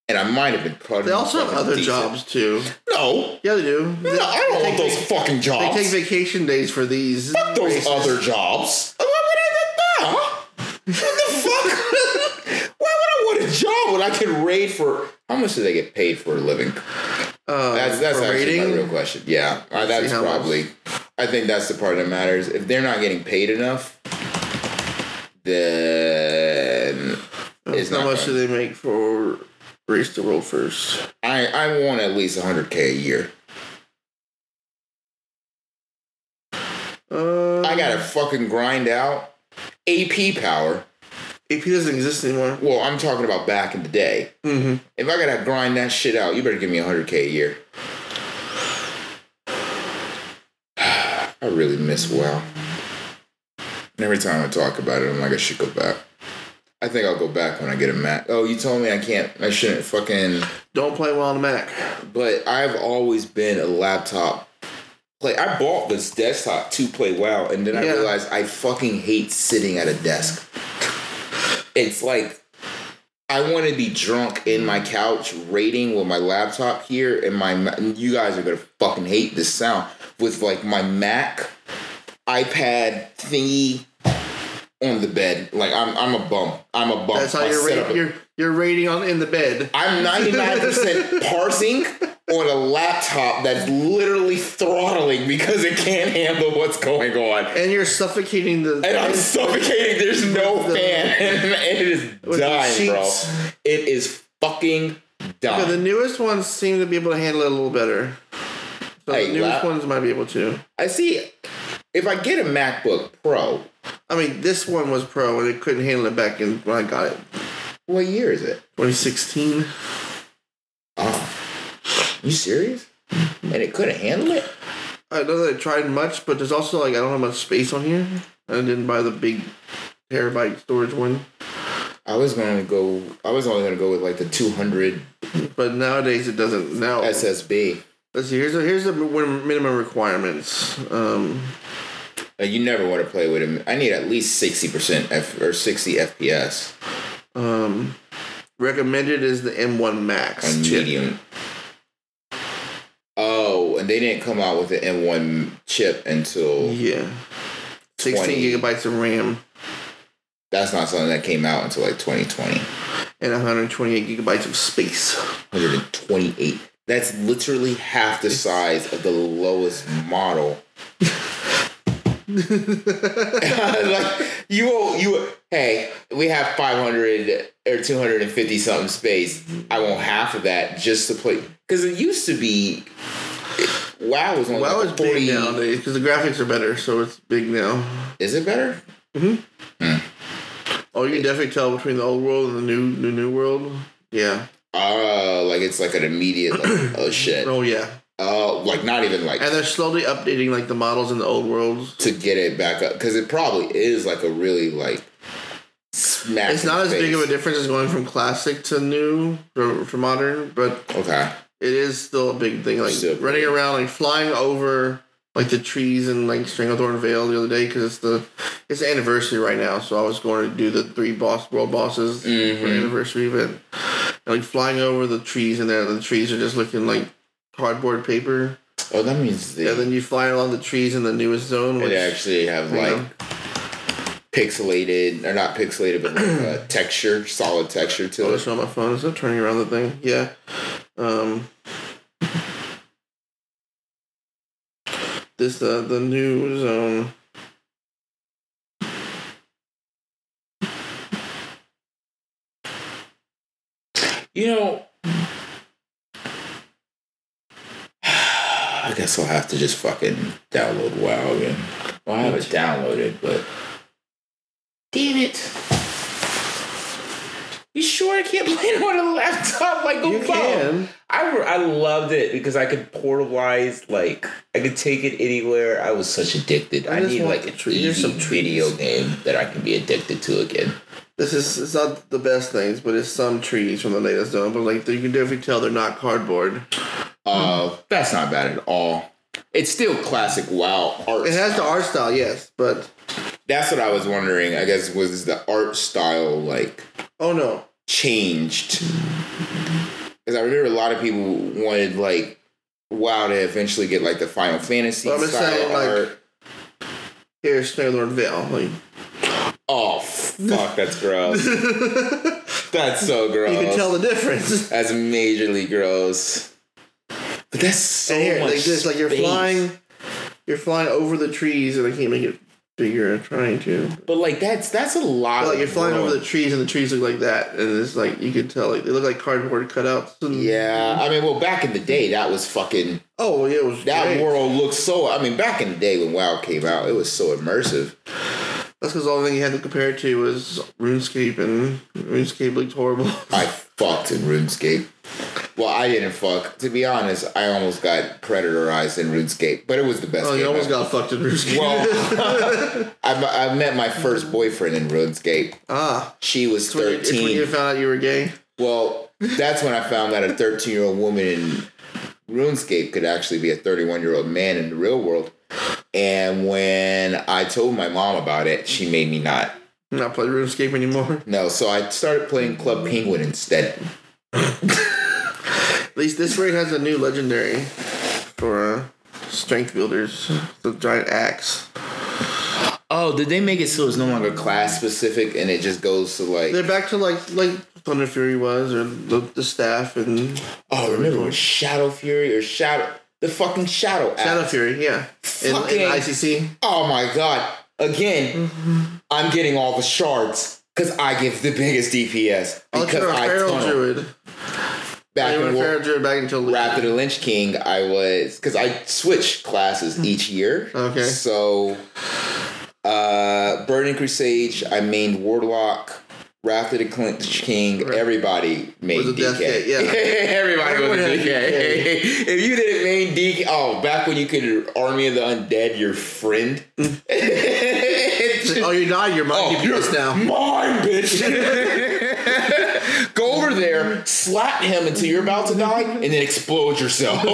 [SPEAKER 1] and I might have been. Probably
[SPEAKER 2] They also have other jobs too.
[SPEAKER 1] No,
[SPEAKER 2] Yeah, they do.
[SPEAKER 1] no,
[SPEAKER 2] They-
[SPEAKER 1] I don't
[SPEAKER 2] they
[SPEAKER 1] want
[SPEAKER 2] take
[SPEAKER 1] those
[SPEAKER 2] vac-
[SPEAKER 1] fucking
[SPEAKER 2] They
[SPEAKER 1] jobs.
[SPEAKER 2] take vacation days for these. um,
[SPEAKER 1] Fuck those
[SPEAKER 2] races.
[SPEAKER 1] other jobs. Why would I? Nah. What the (laughs) fuck? Why would I want a job when I can raid for? How much do they get paid for a living?
[SPEAKER 2] Um,
[SPEAKER 1] That's that's
[SPEAKER 2] for
[SPEAKER 1] actually my
[SPEAKER 2] rating.
[SPEAKER 1] real question. Yeah, Uh,
[SPEAKER 2] Let's see
[SPEAKER 1] that's
[SPEAKER 2] how much.
[SPEAKER 1] probably. I think that's the part that matters. If they're not getting paid enough, then It's
[SPEAKER 2] How
[SPEAKER 1] not
[SPEAKER 2] much
[SPEAKER 1] bad.
[SPEAKER 2] do they make for Race the World First?
[SPEAKER 1] I I want at least hundred k a year.
[SPEAKER 2] Uh,
[SPEAKER 1] I gotta fucking grind out AP power.
[SPEAKER 2] AP Um, doesn't exist anymore.
[SPEAKER 1] Well, I'm talking about back in the day.
[SPEAKER 2] Mm-hmm.
[SPEAKER 1] If I gotta grind that shit out, you better give me hundred k a year. (sighs) I really miss WoW. And every time I talk about it, I'm like, I should go back. I think I'll go back when I get a Mac. Oh, you told me I can't. I shouldn't fucking.
[SPEAKER 2] Don't play well on the Mac.
[SPEAKER 1] But I've always been a laptop. Play. I bought this desktop to play WoW, and then I
[SPEAKER 2] Yeah.
[SPEAKER 1] realized I fucking hate sitting at a desk. It's like I want to be drunk in my couch, raiding with my laptop here, and my ma- you guys are gonna fucking hate this sound with like my Mac, iPad thingy on the bed. Like I'm, I'm a bum. I'm a bum.
[SPEAKER 2] That's how
[SPEAKER 1] My
[SPEAKER 2] you're
[SPEAKER 1] setup-
[SPEAKER 2] rating. You're you're rating on in the bed.
[SPEAKER 1] I'm 99% parsing on a laptop that's literally throttling because it can't handle what's going on.
[SPEAKER 2] and you're suffocating the.
[SPEAKER 1] And I'm suffocating. There's no
[SPEAKER 2] With the-
[SPEAKER 1] fan. (laughs) And it is
[SPEAKER 2] With the
[SPEAKER 1] dying, bro.
[SPEAKER 2] sheets.
[SPEAKER 1] It is fucking
[SPEAKER 2] Yeah, the
[SPEAKER 1] dying.
[SPEAKER 2] newest ones seem to be able to handle it a little better. So
[SPEAKER 1] Hey,
[SPEAKER 2] the newest
[SPEAKER 1] lap-
[SPEAKER 2] ones might be able to.
[SPEAKER 1] I see. If I get a MacBook Pro,
[SPEAKER 2] I mean, this one was pro and it couldn't handle it back in when I got it,
[SPEAKER 1] what year is it?
[SPEAKER 2] 2016.
[SPEAKER 1] Oh, you serious? And it couldn't handle it?
[SPEAKER 2] I know that I tried much, but there's also like I don't have much space on here. I didn't buy the big terabyte storage one,
[SPEAKER 1] I was going to go. I was only going to go with like the 200
[SPEAKER 2] but nowadays it doesn't. Now
[SPEAKER 1] SSB.
[SPEAKER 2] let's see. Here's the here's the win- minimum requirements. Um,
[SPEAKER 1] Uh, You never want to play with him. I need at least sixty percent F or sixty FPS
[SPEAKER 2] um, recommended is the M1 Max.
[SPEAKER 1] on
[SPEAKER 2] chip.
[SPEAKER 1] medium. Oh, and they didn't come out with the M one chip until
[SPEAKER 2] Yeah, 16
[SPEAKER 1] 20.
[SPEAKER 2] gigabytes of RAM
[SPEAKER 1] that's not something that came out until like 2020.
[SPEAKER 2] and 128 gigabytes of space.
[SPEAKER 1] 128. That's literally half the size of the lowest model. (laughs) like you, you. Hey, we have 500 or 250 something space. I want half of that just to play. Because it used to be. Wow was only
[SPEAKER 2] Well,
[SPEAKER 1] like
[SPEAKER 2] it's
[SPEAKER 1] 40.
[SPEAKER 2] big nowadays because the graphics are better, so it's big now.
[SPEAKER 1] Is it better?
[SPEAKER 2] Oh, you can definitely tell between the old world and the new new new world. Yeah.
[SPEAKER 1] Oh, like it's like an immediate like oh shit.
[SPEAKER 2] Oh yeah.
[SPEAKER 1] Oh, like not even like
[SPEAKER 2] And they're slowly updating like the models in the old world.
[SPEAKER 1] to get it back up because it probably is like a really like smack.
[SPEAKER 2] It's not as big of a difference as going from classic to new to, to modern, but
[SPEAKER 1] Okay.
[SPEAKER 2] it is still a big thing. Like
[SPEAKER 1] Still big.
[SPEAKER 2] running around, like flying over like the trees in like Stranglethorn Vale the other day because it's the it's the anniversary right now. So I was going to do the three boss world bosses for the
[SPEAKER 1] Mhm.
[SPEAKER 2] anniversary event, and like flying over the trees in there. The trees are just looking like cardboard paper.
[SPEAKER 1] Oh, that means they,
[SPEAKER 2] And then you fly along the trees in the newest zone, which
[SPEAKER 1] they actually have
[SPEAKER 2] you
[SPEAKER 1] like
[SPEAKER 2] know.
[SPEAKER 1] pixelated or not pixelated, but like uh, texture, solid texture
[SPEAKER 2] Oh,
[SPEAKER 1] to
[SPEAKER 2] it's
[SPEAKER 1] it.
[SPEAKER 2] on my phone. Is that turning around the thing? Yeah. Um. (laughs) This uh, the the new zone.
[SPEAKER 1] You know, (sighs) I guess I'll have to just fucking download WoW again. Well, I have it downloaded, but damn it. You sure I can't (laughs) play it on a laptop like a
[SPEAKER 2] You can.
[SPEAKER 1] I, I loved it because I could portalize like I could take it anywhere. I was such addicted.
[SPEAKER 2] I
[SPEAKER 1] I,
[SPEAKER 2] just
[SPEAKER 1] need
[SPEAKER 2] want
[SPEAKER 1] like
[SPEAKER 2] the
[SPEAKER 1] an
[SPEAKER 2] tree-
[SPEAKER 1] easy
[SPEAKER 2] there's some trees.
[SPEAKER 1] video game that I can be addicted to again.
[SPEAKER 2] This is it's not the best things, but it's some trees from the latest zone. But like you can definitely tell they're not cardboard.
[SPEAKER 1] Uh, that's not bad at all. It's still classic WoW art.
[SPEAKER 2] It has the
[SPEAKER 1] style.
[SPEAKER 2] art style, yes, but
[SPEAKER 1] That's what I was wondering. I guess was the art style like
[SPEAKER 2] oh no,
[SPEAKER 1] changed? Because I remember a lot of people wanted like WoW to eventually get like the Final Fantasy
[SPEAKER 2] Well, I'm just
[SPEAKER 1] style
[SPEAKER 2] saying, like-
[SPEAKER 1] art.
[SPEAKER 2] here's Snare Lord Vale. Like
[SPEAKER 1] oh fuck,
[SPEAKER 2] (laughs)
[SPEAKER 1] that's gross. That's so gross.
[SPEAKER 2] you can tell the difference.
[SPEAKER 1] That's majorly gross. But that's so
[SPEAKER 2] and here,
[SPEAKER 1] much
[SPEAKER 2] like this, like you're
[SPEAKER 1] space.
[SPEAKER 2] flying, you're flying over the trees, and I can't make it bigger. I'm trying to.
[SPEAKER 1] But like that's that's a lot.
[SPEAKER 2] But like you're
[SPEAKER 1] of
[SPEAKER 2] flying over
[SPEAKER 1] room.
[SPEAKER 2] the trees, and the trees look like that, and it's like you can tell, like they look like cardboard cutouts. And,
[SPEAKER 1] Yeah, I mean, well, back in the day, that was fucking.
[SPEAKER 2] Oh yeah, it was
[SPEAKER 1] That
[SPEAKER 2] great.
[SPEAKER 1] world looked so. I mean, back in the day when WoW came out, it was so immersive.
[SPEAKER 2] That's because the only thing you had to compare it to was RuneScape, and RuneScape looked horrible. (laughs)
[SPEAKER 1] I fucked in RuneScape. Well, I didn't fuck. To be honest, I almost got predatorized in RuneScape, but it was the best.
[SPEAKER 2] oh,
[SPEAKER 1] game
[SPEAKER 2] you almost
[SPEAKER 1] ever.
[SPEAKER 2] got fucked in RuneScape.
[SPEAKER 1] Well, (laughs) I, I met my first boyfriend in RuneScape.
[SPEAKER 2] ah,
[SPEAKER 1] She was
[SPEAKER 2] it's when, you, it's when you
[SPEAKER 1] thirteen.
[SPEAKER 2] found out you were gay.
[SPEAKER 1] Well, that's when I found out a thirteen-year-old woman in RuneScape could actually be a thirty-one-year-old man in the real world. And when I told my mom about it, she made me not.
[SPEAKER 2] I'm not playing RuneScape anymore.
[SPEAKER 1] No, so I started playing Club Penguin instead.
[SPEAKER 2] At least this raid has a new legendary for uh, strength builders, the giant axe.
[SPEAKER 1] Oh, did they make it so it's no longer class specific and it just goes to like?
[SPEAKER 2] They're back to like like Thunder Fury was, or the, the staff and
[SPEAKER 1] Oh, remember when Shadow Fury or Shadow the fucking Shadow Axe?
[SPEAKER 2] Shadow Fury, yeah, in,
[SPEAKER 1] Fucking-
[SPEAKER 2] in ICC.
[SPEAKER 1] Oh my god! Again,
[SPEAKER 2] Mm-hmm.
[SPEAKER 1] I'm getting all the shards because I give the biggest DPS because
[SPEAKER 2] Ultra
[SPEAKER 1] I
[SPEAKER 2] Feral
[SPEAKER 1] tunnel
[SPEAKER 2] Druid.
[SPEAKER 1] back
[SPEAKER 2] Ultra
[SPEAKER 1] in War-
[SPEAKER 2] Feral Druid back until
[SPEAKER 1] Wrath of the Lynch King. I was because I switch classes each year.
[SPEAKER 2] Hmm. Okay.
[SPEAKER 1] so uh Burning Crusade, I mained Warlock. Wrath of the Lynch King, everybody made
[SPEAKER 2] Was a
[SPEAKER 1] DK.
[SPEAKER 2] death hit,
[SPEAKER 1] (laughs)
[SPEAKER 2] yeah.
[SPEAKER 1] everybody was a
[SPEAKER 2] Everyone had
[SPEAKER 1] DK.
[SPEAKER 2] DK.
[SPEAKER 1] (laughs) if you didn't main DK, oh, back when you could army of the undead your friend.
[SPEAKER 2] (laughs)
[SPEAKER 1] (laughs)
[SPEAKER 2] Oh, you died. Your mind
[SPEAKER 1] Oh,
[SPEAKER 2] you pissed
[SPEAKER 1] (laughs)
[SPEAKER 2] now.
[SPEAKER 1] Mine, bitch. (laughs) Go over there, slap him until you're about to die, and then explode yourself (laughs)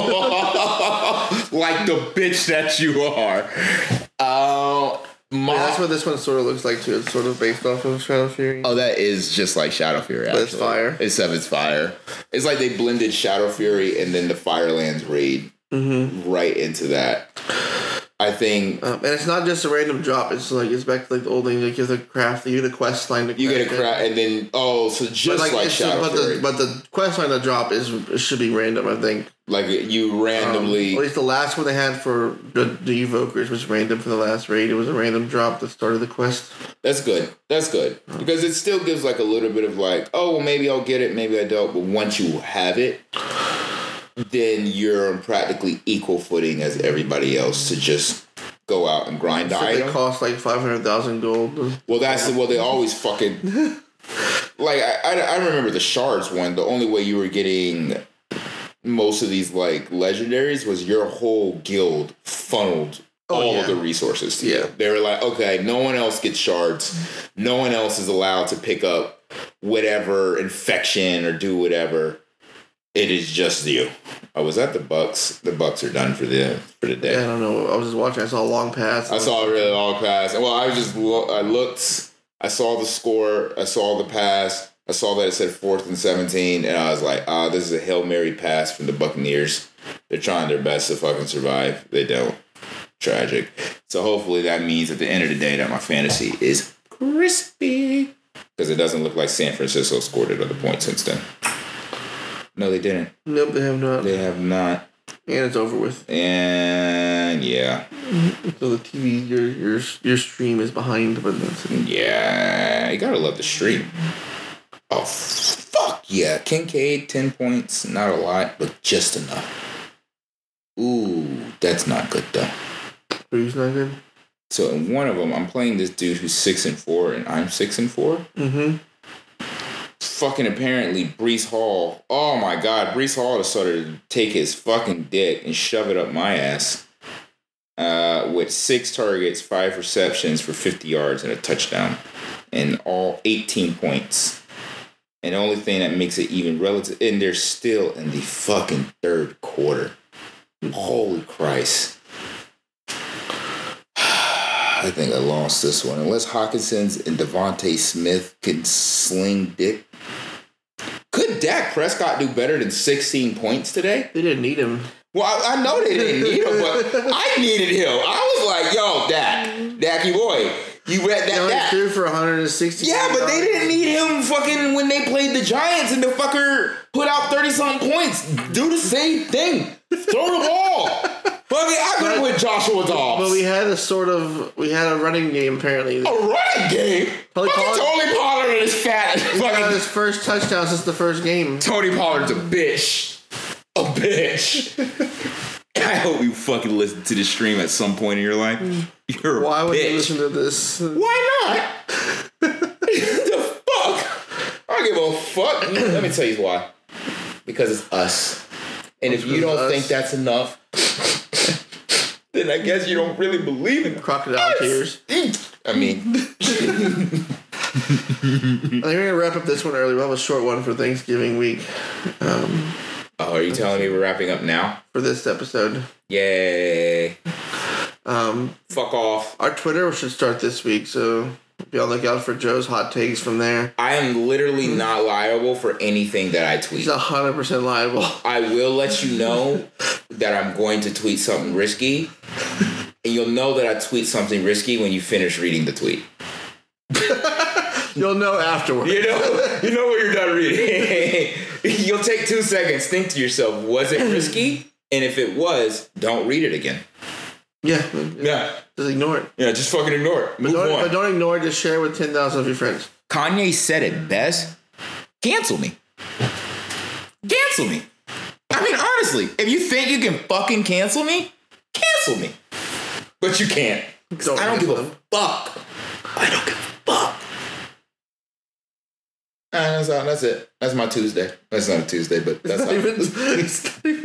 [SPEAKER 1] like the bitch that you are. Uh, my-
[SPEAKER 2] That's what this one sort of looks like too. It's sort of based off of Shadow Fury.
[SPEAKER 1] oh, that is just like Shadow Fury. But
[SPEAKER 2] it's fire.
[SPEAKER 1] Except it's fire. It's like they blended Shadow Fury and then the Firelands raid right into that. I think
[SPEAKER 2] Mm-hmm. Um, and it's not just a random drop. It's like it's back to like the old thing. Like you have to craft. You get a quest line to.
[SPEAKER 1] you get a
[SPEAKER 2] craft it.
[SPEAKER 1] crowd, and then oh, so
[SPEAKER 2] But
[SPEAKER 1] just
[SPEAKER 2] like,
[SPEAKER 1] like,
[SPEAKER 2] it's
[SPEAKER 1] Shadow
[SPEAKER 2] but
[SPEAKER 1] Fury,
[SPEAKER 2] the but the quest line to drop is it should be random. I think.
[SPEAKER 1] like you
[SPEAKER 2] Um,
[SPEAKER 1] randomly.
[SPEAKER 2] at least the last one they had for the, the evokers was random for the last raid. It was a random drop that started the quest.
[SPEAKER 1] That's good. That's good
[SPEAKER 2] Hmm.
[SPEAKER 1] because it still gives like a little bit of like, oh, well, maybe I'll get it, maybe I don't. But once you have it, then you're on practically equal footing as everybody else to just go out and grind the
[SPEAKER 2] So they
[SPEAKER 1] item.
[SPEAKER 2] cost like five hundred thousand gold.
[SPEAKER 1] well, that's well, they always fucking
[SPEAKER 2] (laughs)
[SPEAKER 1] like I, I I remember the shards one. The only way you were getting most of these like legendaries was your whole guild funneled
[SPEAKER 2] Oh,
[SPEAKER 1] all
[SPEAKER 2] yeah.
[SPEAKER 1] of the resources to
[SPEAKER 2] Yeah.
[SPEAKER 1] you. They were like, okay, no one else gets shards. No one else is allowed to pick up whatever infection or do whatever. It is just you. I was at the Bucks. The Bucks are done for the for the day.
[SPEAKER 2] I don't know. I was just watching. I saw a long pass.
[SPEAKER 1] I saw a really long pass. Well, I was just lo- I looked. I saw the score. I saw the pass. I saw that it said fourth and seventeen, and I was like, "Ah, this is a hail mary pass from the Buccaneers. They're trying their best to fucking survive. They don't. Tragic. So hopefully that means at the end of the day that my fantasy is crispy because it doesn't look like San Francisco scored another point since then. No, they didn't.
[SPEAKER 2] Nope, they have not.
[SPEAKER 1] They have not.
[SPEAKER 2] And it's over with.
[SPEAKER 1] And yeah.
[SPEAKER 2] So the TV, your your your stream is behind, but that's it.
[SPEAKER 1] Yeah, you gotta love the stream. Oh, fuck yeah. Kincaid, 10 points. Not a lot, but just enough. Ooh, that's not good though.
[SPEAKER 2] Who's not good?
[SPEAKER 1] So in one of them, I'm playing this dude who's 6 and 4, and I'm 6 and 4.
[SPEAKER 2] Mm-hmm.
[SPEAKER 1] Fucking apparently, Brees Hall. Oh my god, Brees Hall decided to take his fucking dick and shove it up my ass. Uh, with six targets, five receptions for 50 yards and a touchdown, and all 18 points. And the only thing that makes it even relative, and they're still in the fucking third quarter. Holy Christ. (sighs) I think I lost this one. Unless Hawkinson's and Devontae Smith can sling dick. Could Dak Prescott do better than 16 points today?
[SPEAKER 2] They didn't need him.
[SPEAKER 1] Well, I, I know they didn't need him, but
[SPEAKER 2] (laughs)
[SPEAKER 1] I needed him. I was like, yo, Dak, Dacky boy, you read
[SPEAKER 2] They
[SPEAKER 1] that,
[SPEAKER 2] only
[SPEAKER 1] Dak.
[SPEAKER 2] threw for 160.
[SPEAKER 1] Yeah, but they didn't need him fucking when they played the Giants and the fucker put out 30 something points. Do the same thing. Throw the
[SPEAKER 2] (laughs)
[SPEAKER 1] ball. Fuck it, I could have went Joshua
[SPEAKER 2] But we
[SPEAKER 1] Dobbs.
[SPEAKER 2] had a sort of we had a running game apparently.
[SPEAKER 1] A running game.
[SPEAKER 2] Tony
[SPEAKER 1] fucking
[SPEAKER 2] Pollard-
[SPEAKER 1] Tony Pollard and his fat.
[SPEAKER 2] Got
[SPEAKER 1] Fucking
[SPEAKER 2] his first touchdown since the first game.
[SPEAKER 1] Tony Pollard's a bitch. A bitch. (laughs) I hope you fucking listen to this stream at some point in your life. You're a
[SPEAKER 2] Mm. Why would
[SPEAKER 1] bitch.
[SPEAKER 2] you listen to this?
[SPEAKER 1] (laughs) Why not? the fuck? I don't give a fuck. Let me tell you why. Because it's us. And if you don't
[SPEAKER 2] Because
[SPEAKER 1] think
[SPEAKER 2] it's
[SPEAKER 1] that's enough, (laughs) then I guess you don't really believe in
[SPEAKER 2] Crocodile tears.
[SPEAKER 1] I mean,
[SPEAKER 2] I think we're gonna wrap up this one early. We'll have a short one for Thanksgiving week
[SPEAKER 1] oh, are you telling me we're wrapping up now?
[SPEAKER 2] for this episode.
[SPEAKER 1] Yay.
[SPEAKER 2] Um,
[SPEAKER 1] Fuck off.
[SPEAKER 2] our Twitter should start this week, so be on the lookout for Joe's hot takes from there.
[SPEAKER 1] I am literally not liable for anything that I tweet.
[SPEAKER 2] He's hundred percent liable. (laughs)
[SPEAKER 1] I will let you know that I'm going to tweet something risky. And you'll know that I tweet something risky when you finish reading the tweet.
[SPEAKER 2] You'll know afterward.
[SPEAKER 1] You know, you know when you're done reading. (laughs) you'll take two seconds, think to yourself, was it risky? And if it was, don't read it again.
[SPEAKER 2] Yeah,
[SPEAKER 1] Yeah.
[SPEAKER 2] just ignore it.
[SPEAKER 1] Yeah, just fucking ignore it. Move
[SPEAKER 2] Don't,
[SPEAKER 1] on.
[SPEAKER 2] but don't ignore it. Just share it with ten thousand of your friends. (laughs)
[SPEAKER 1] Kanye said it best. Cancel me. Cancel me. I mean, honestly, if you think you can fucking cancel me, cancel me. But you can't. 'Cause
[SPEAKER 2] Don't
[SPEAKER 1] I don't give
[SPEAKER 2] cancel
[SPEAKER 1] a
[SPEAKER 2] him.
[SPEAKER 1] fuck. I don't give a fuck. And that's, all, that's it. That's my Tuesday. That's not a Tuesday, but that's
[SPEAKER 2] Not
[SPEAKER 1] how,
[SPEAKER 2] even-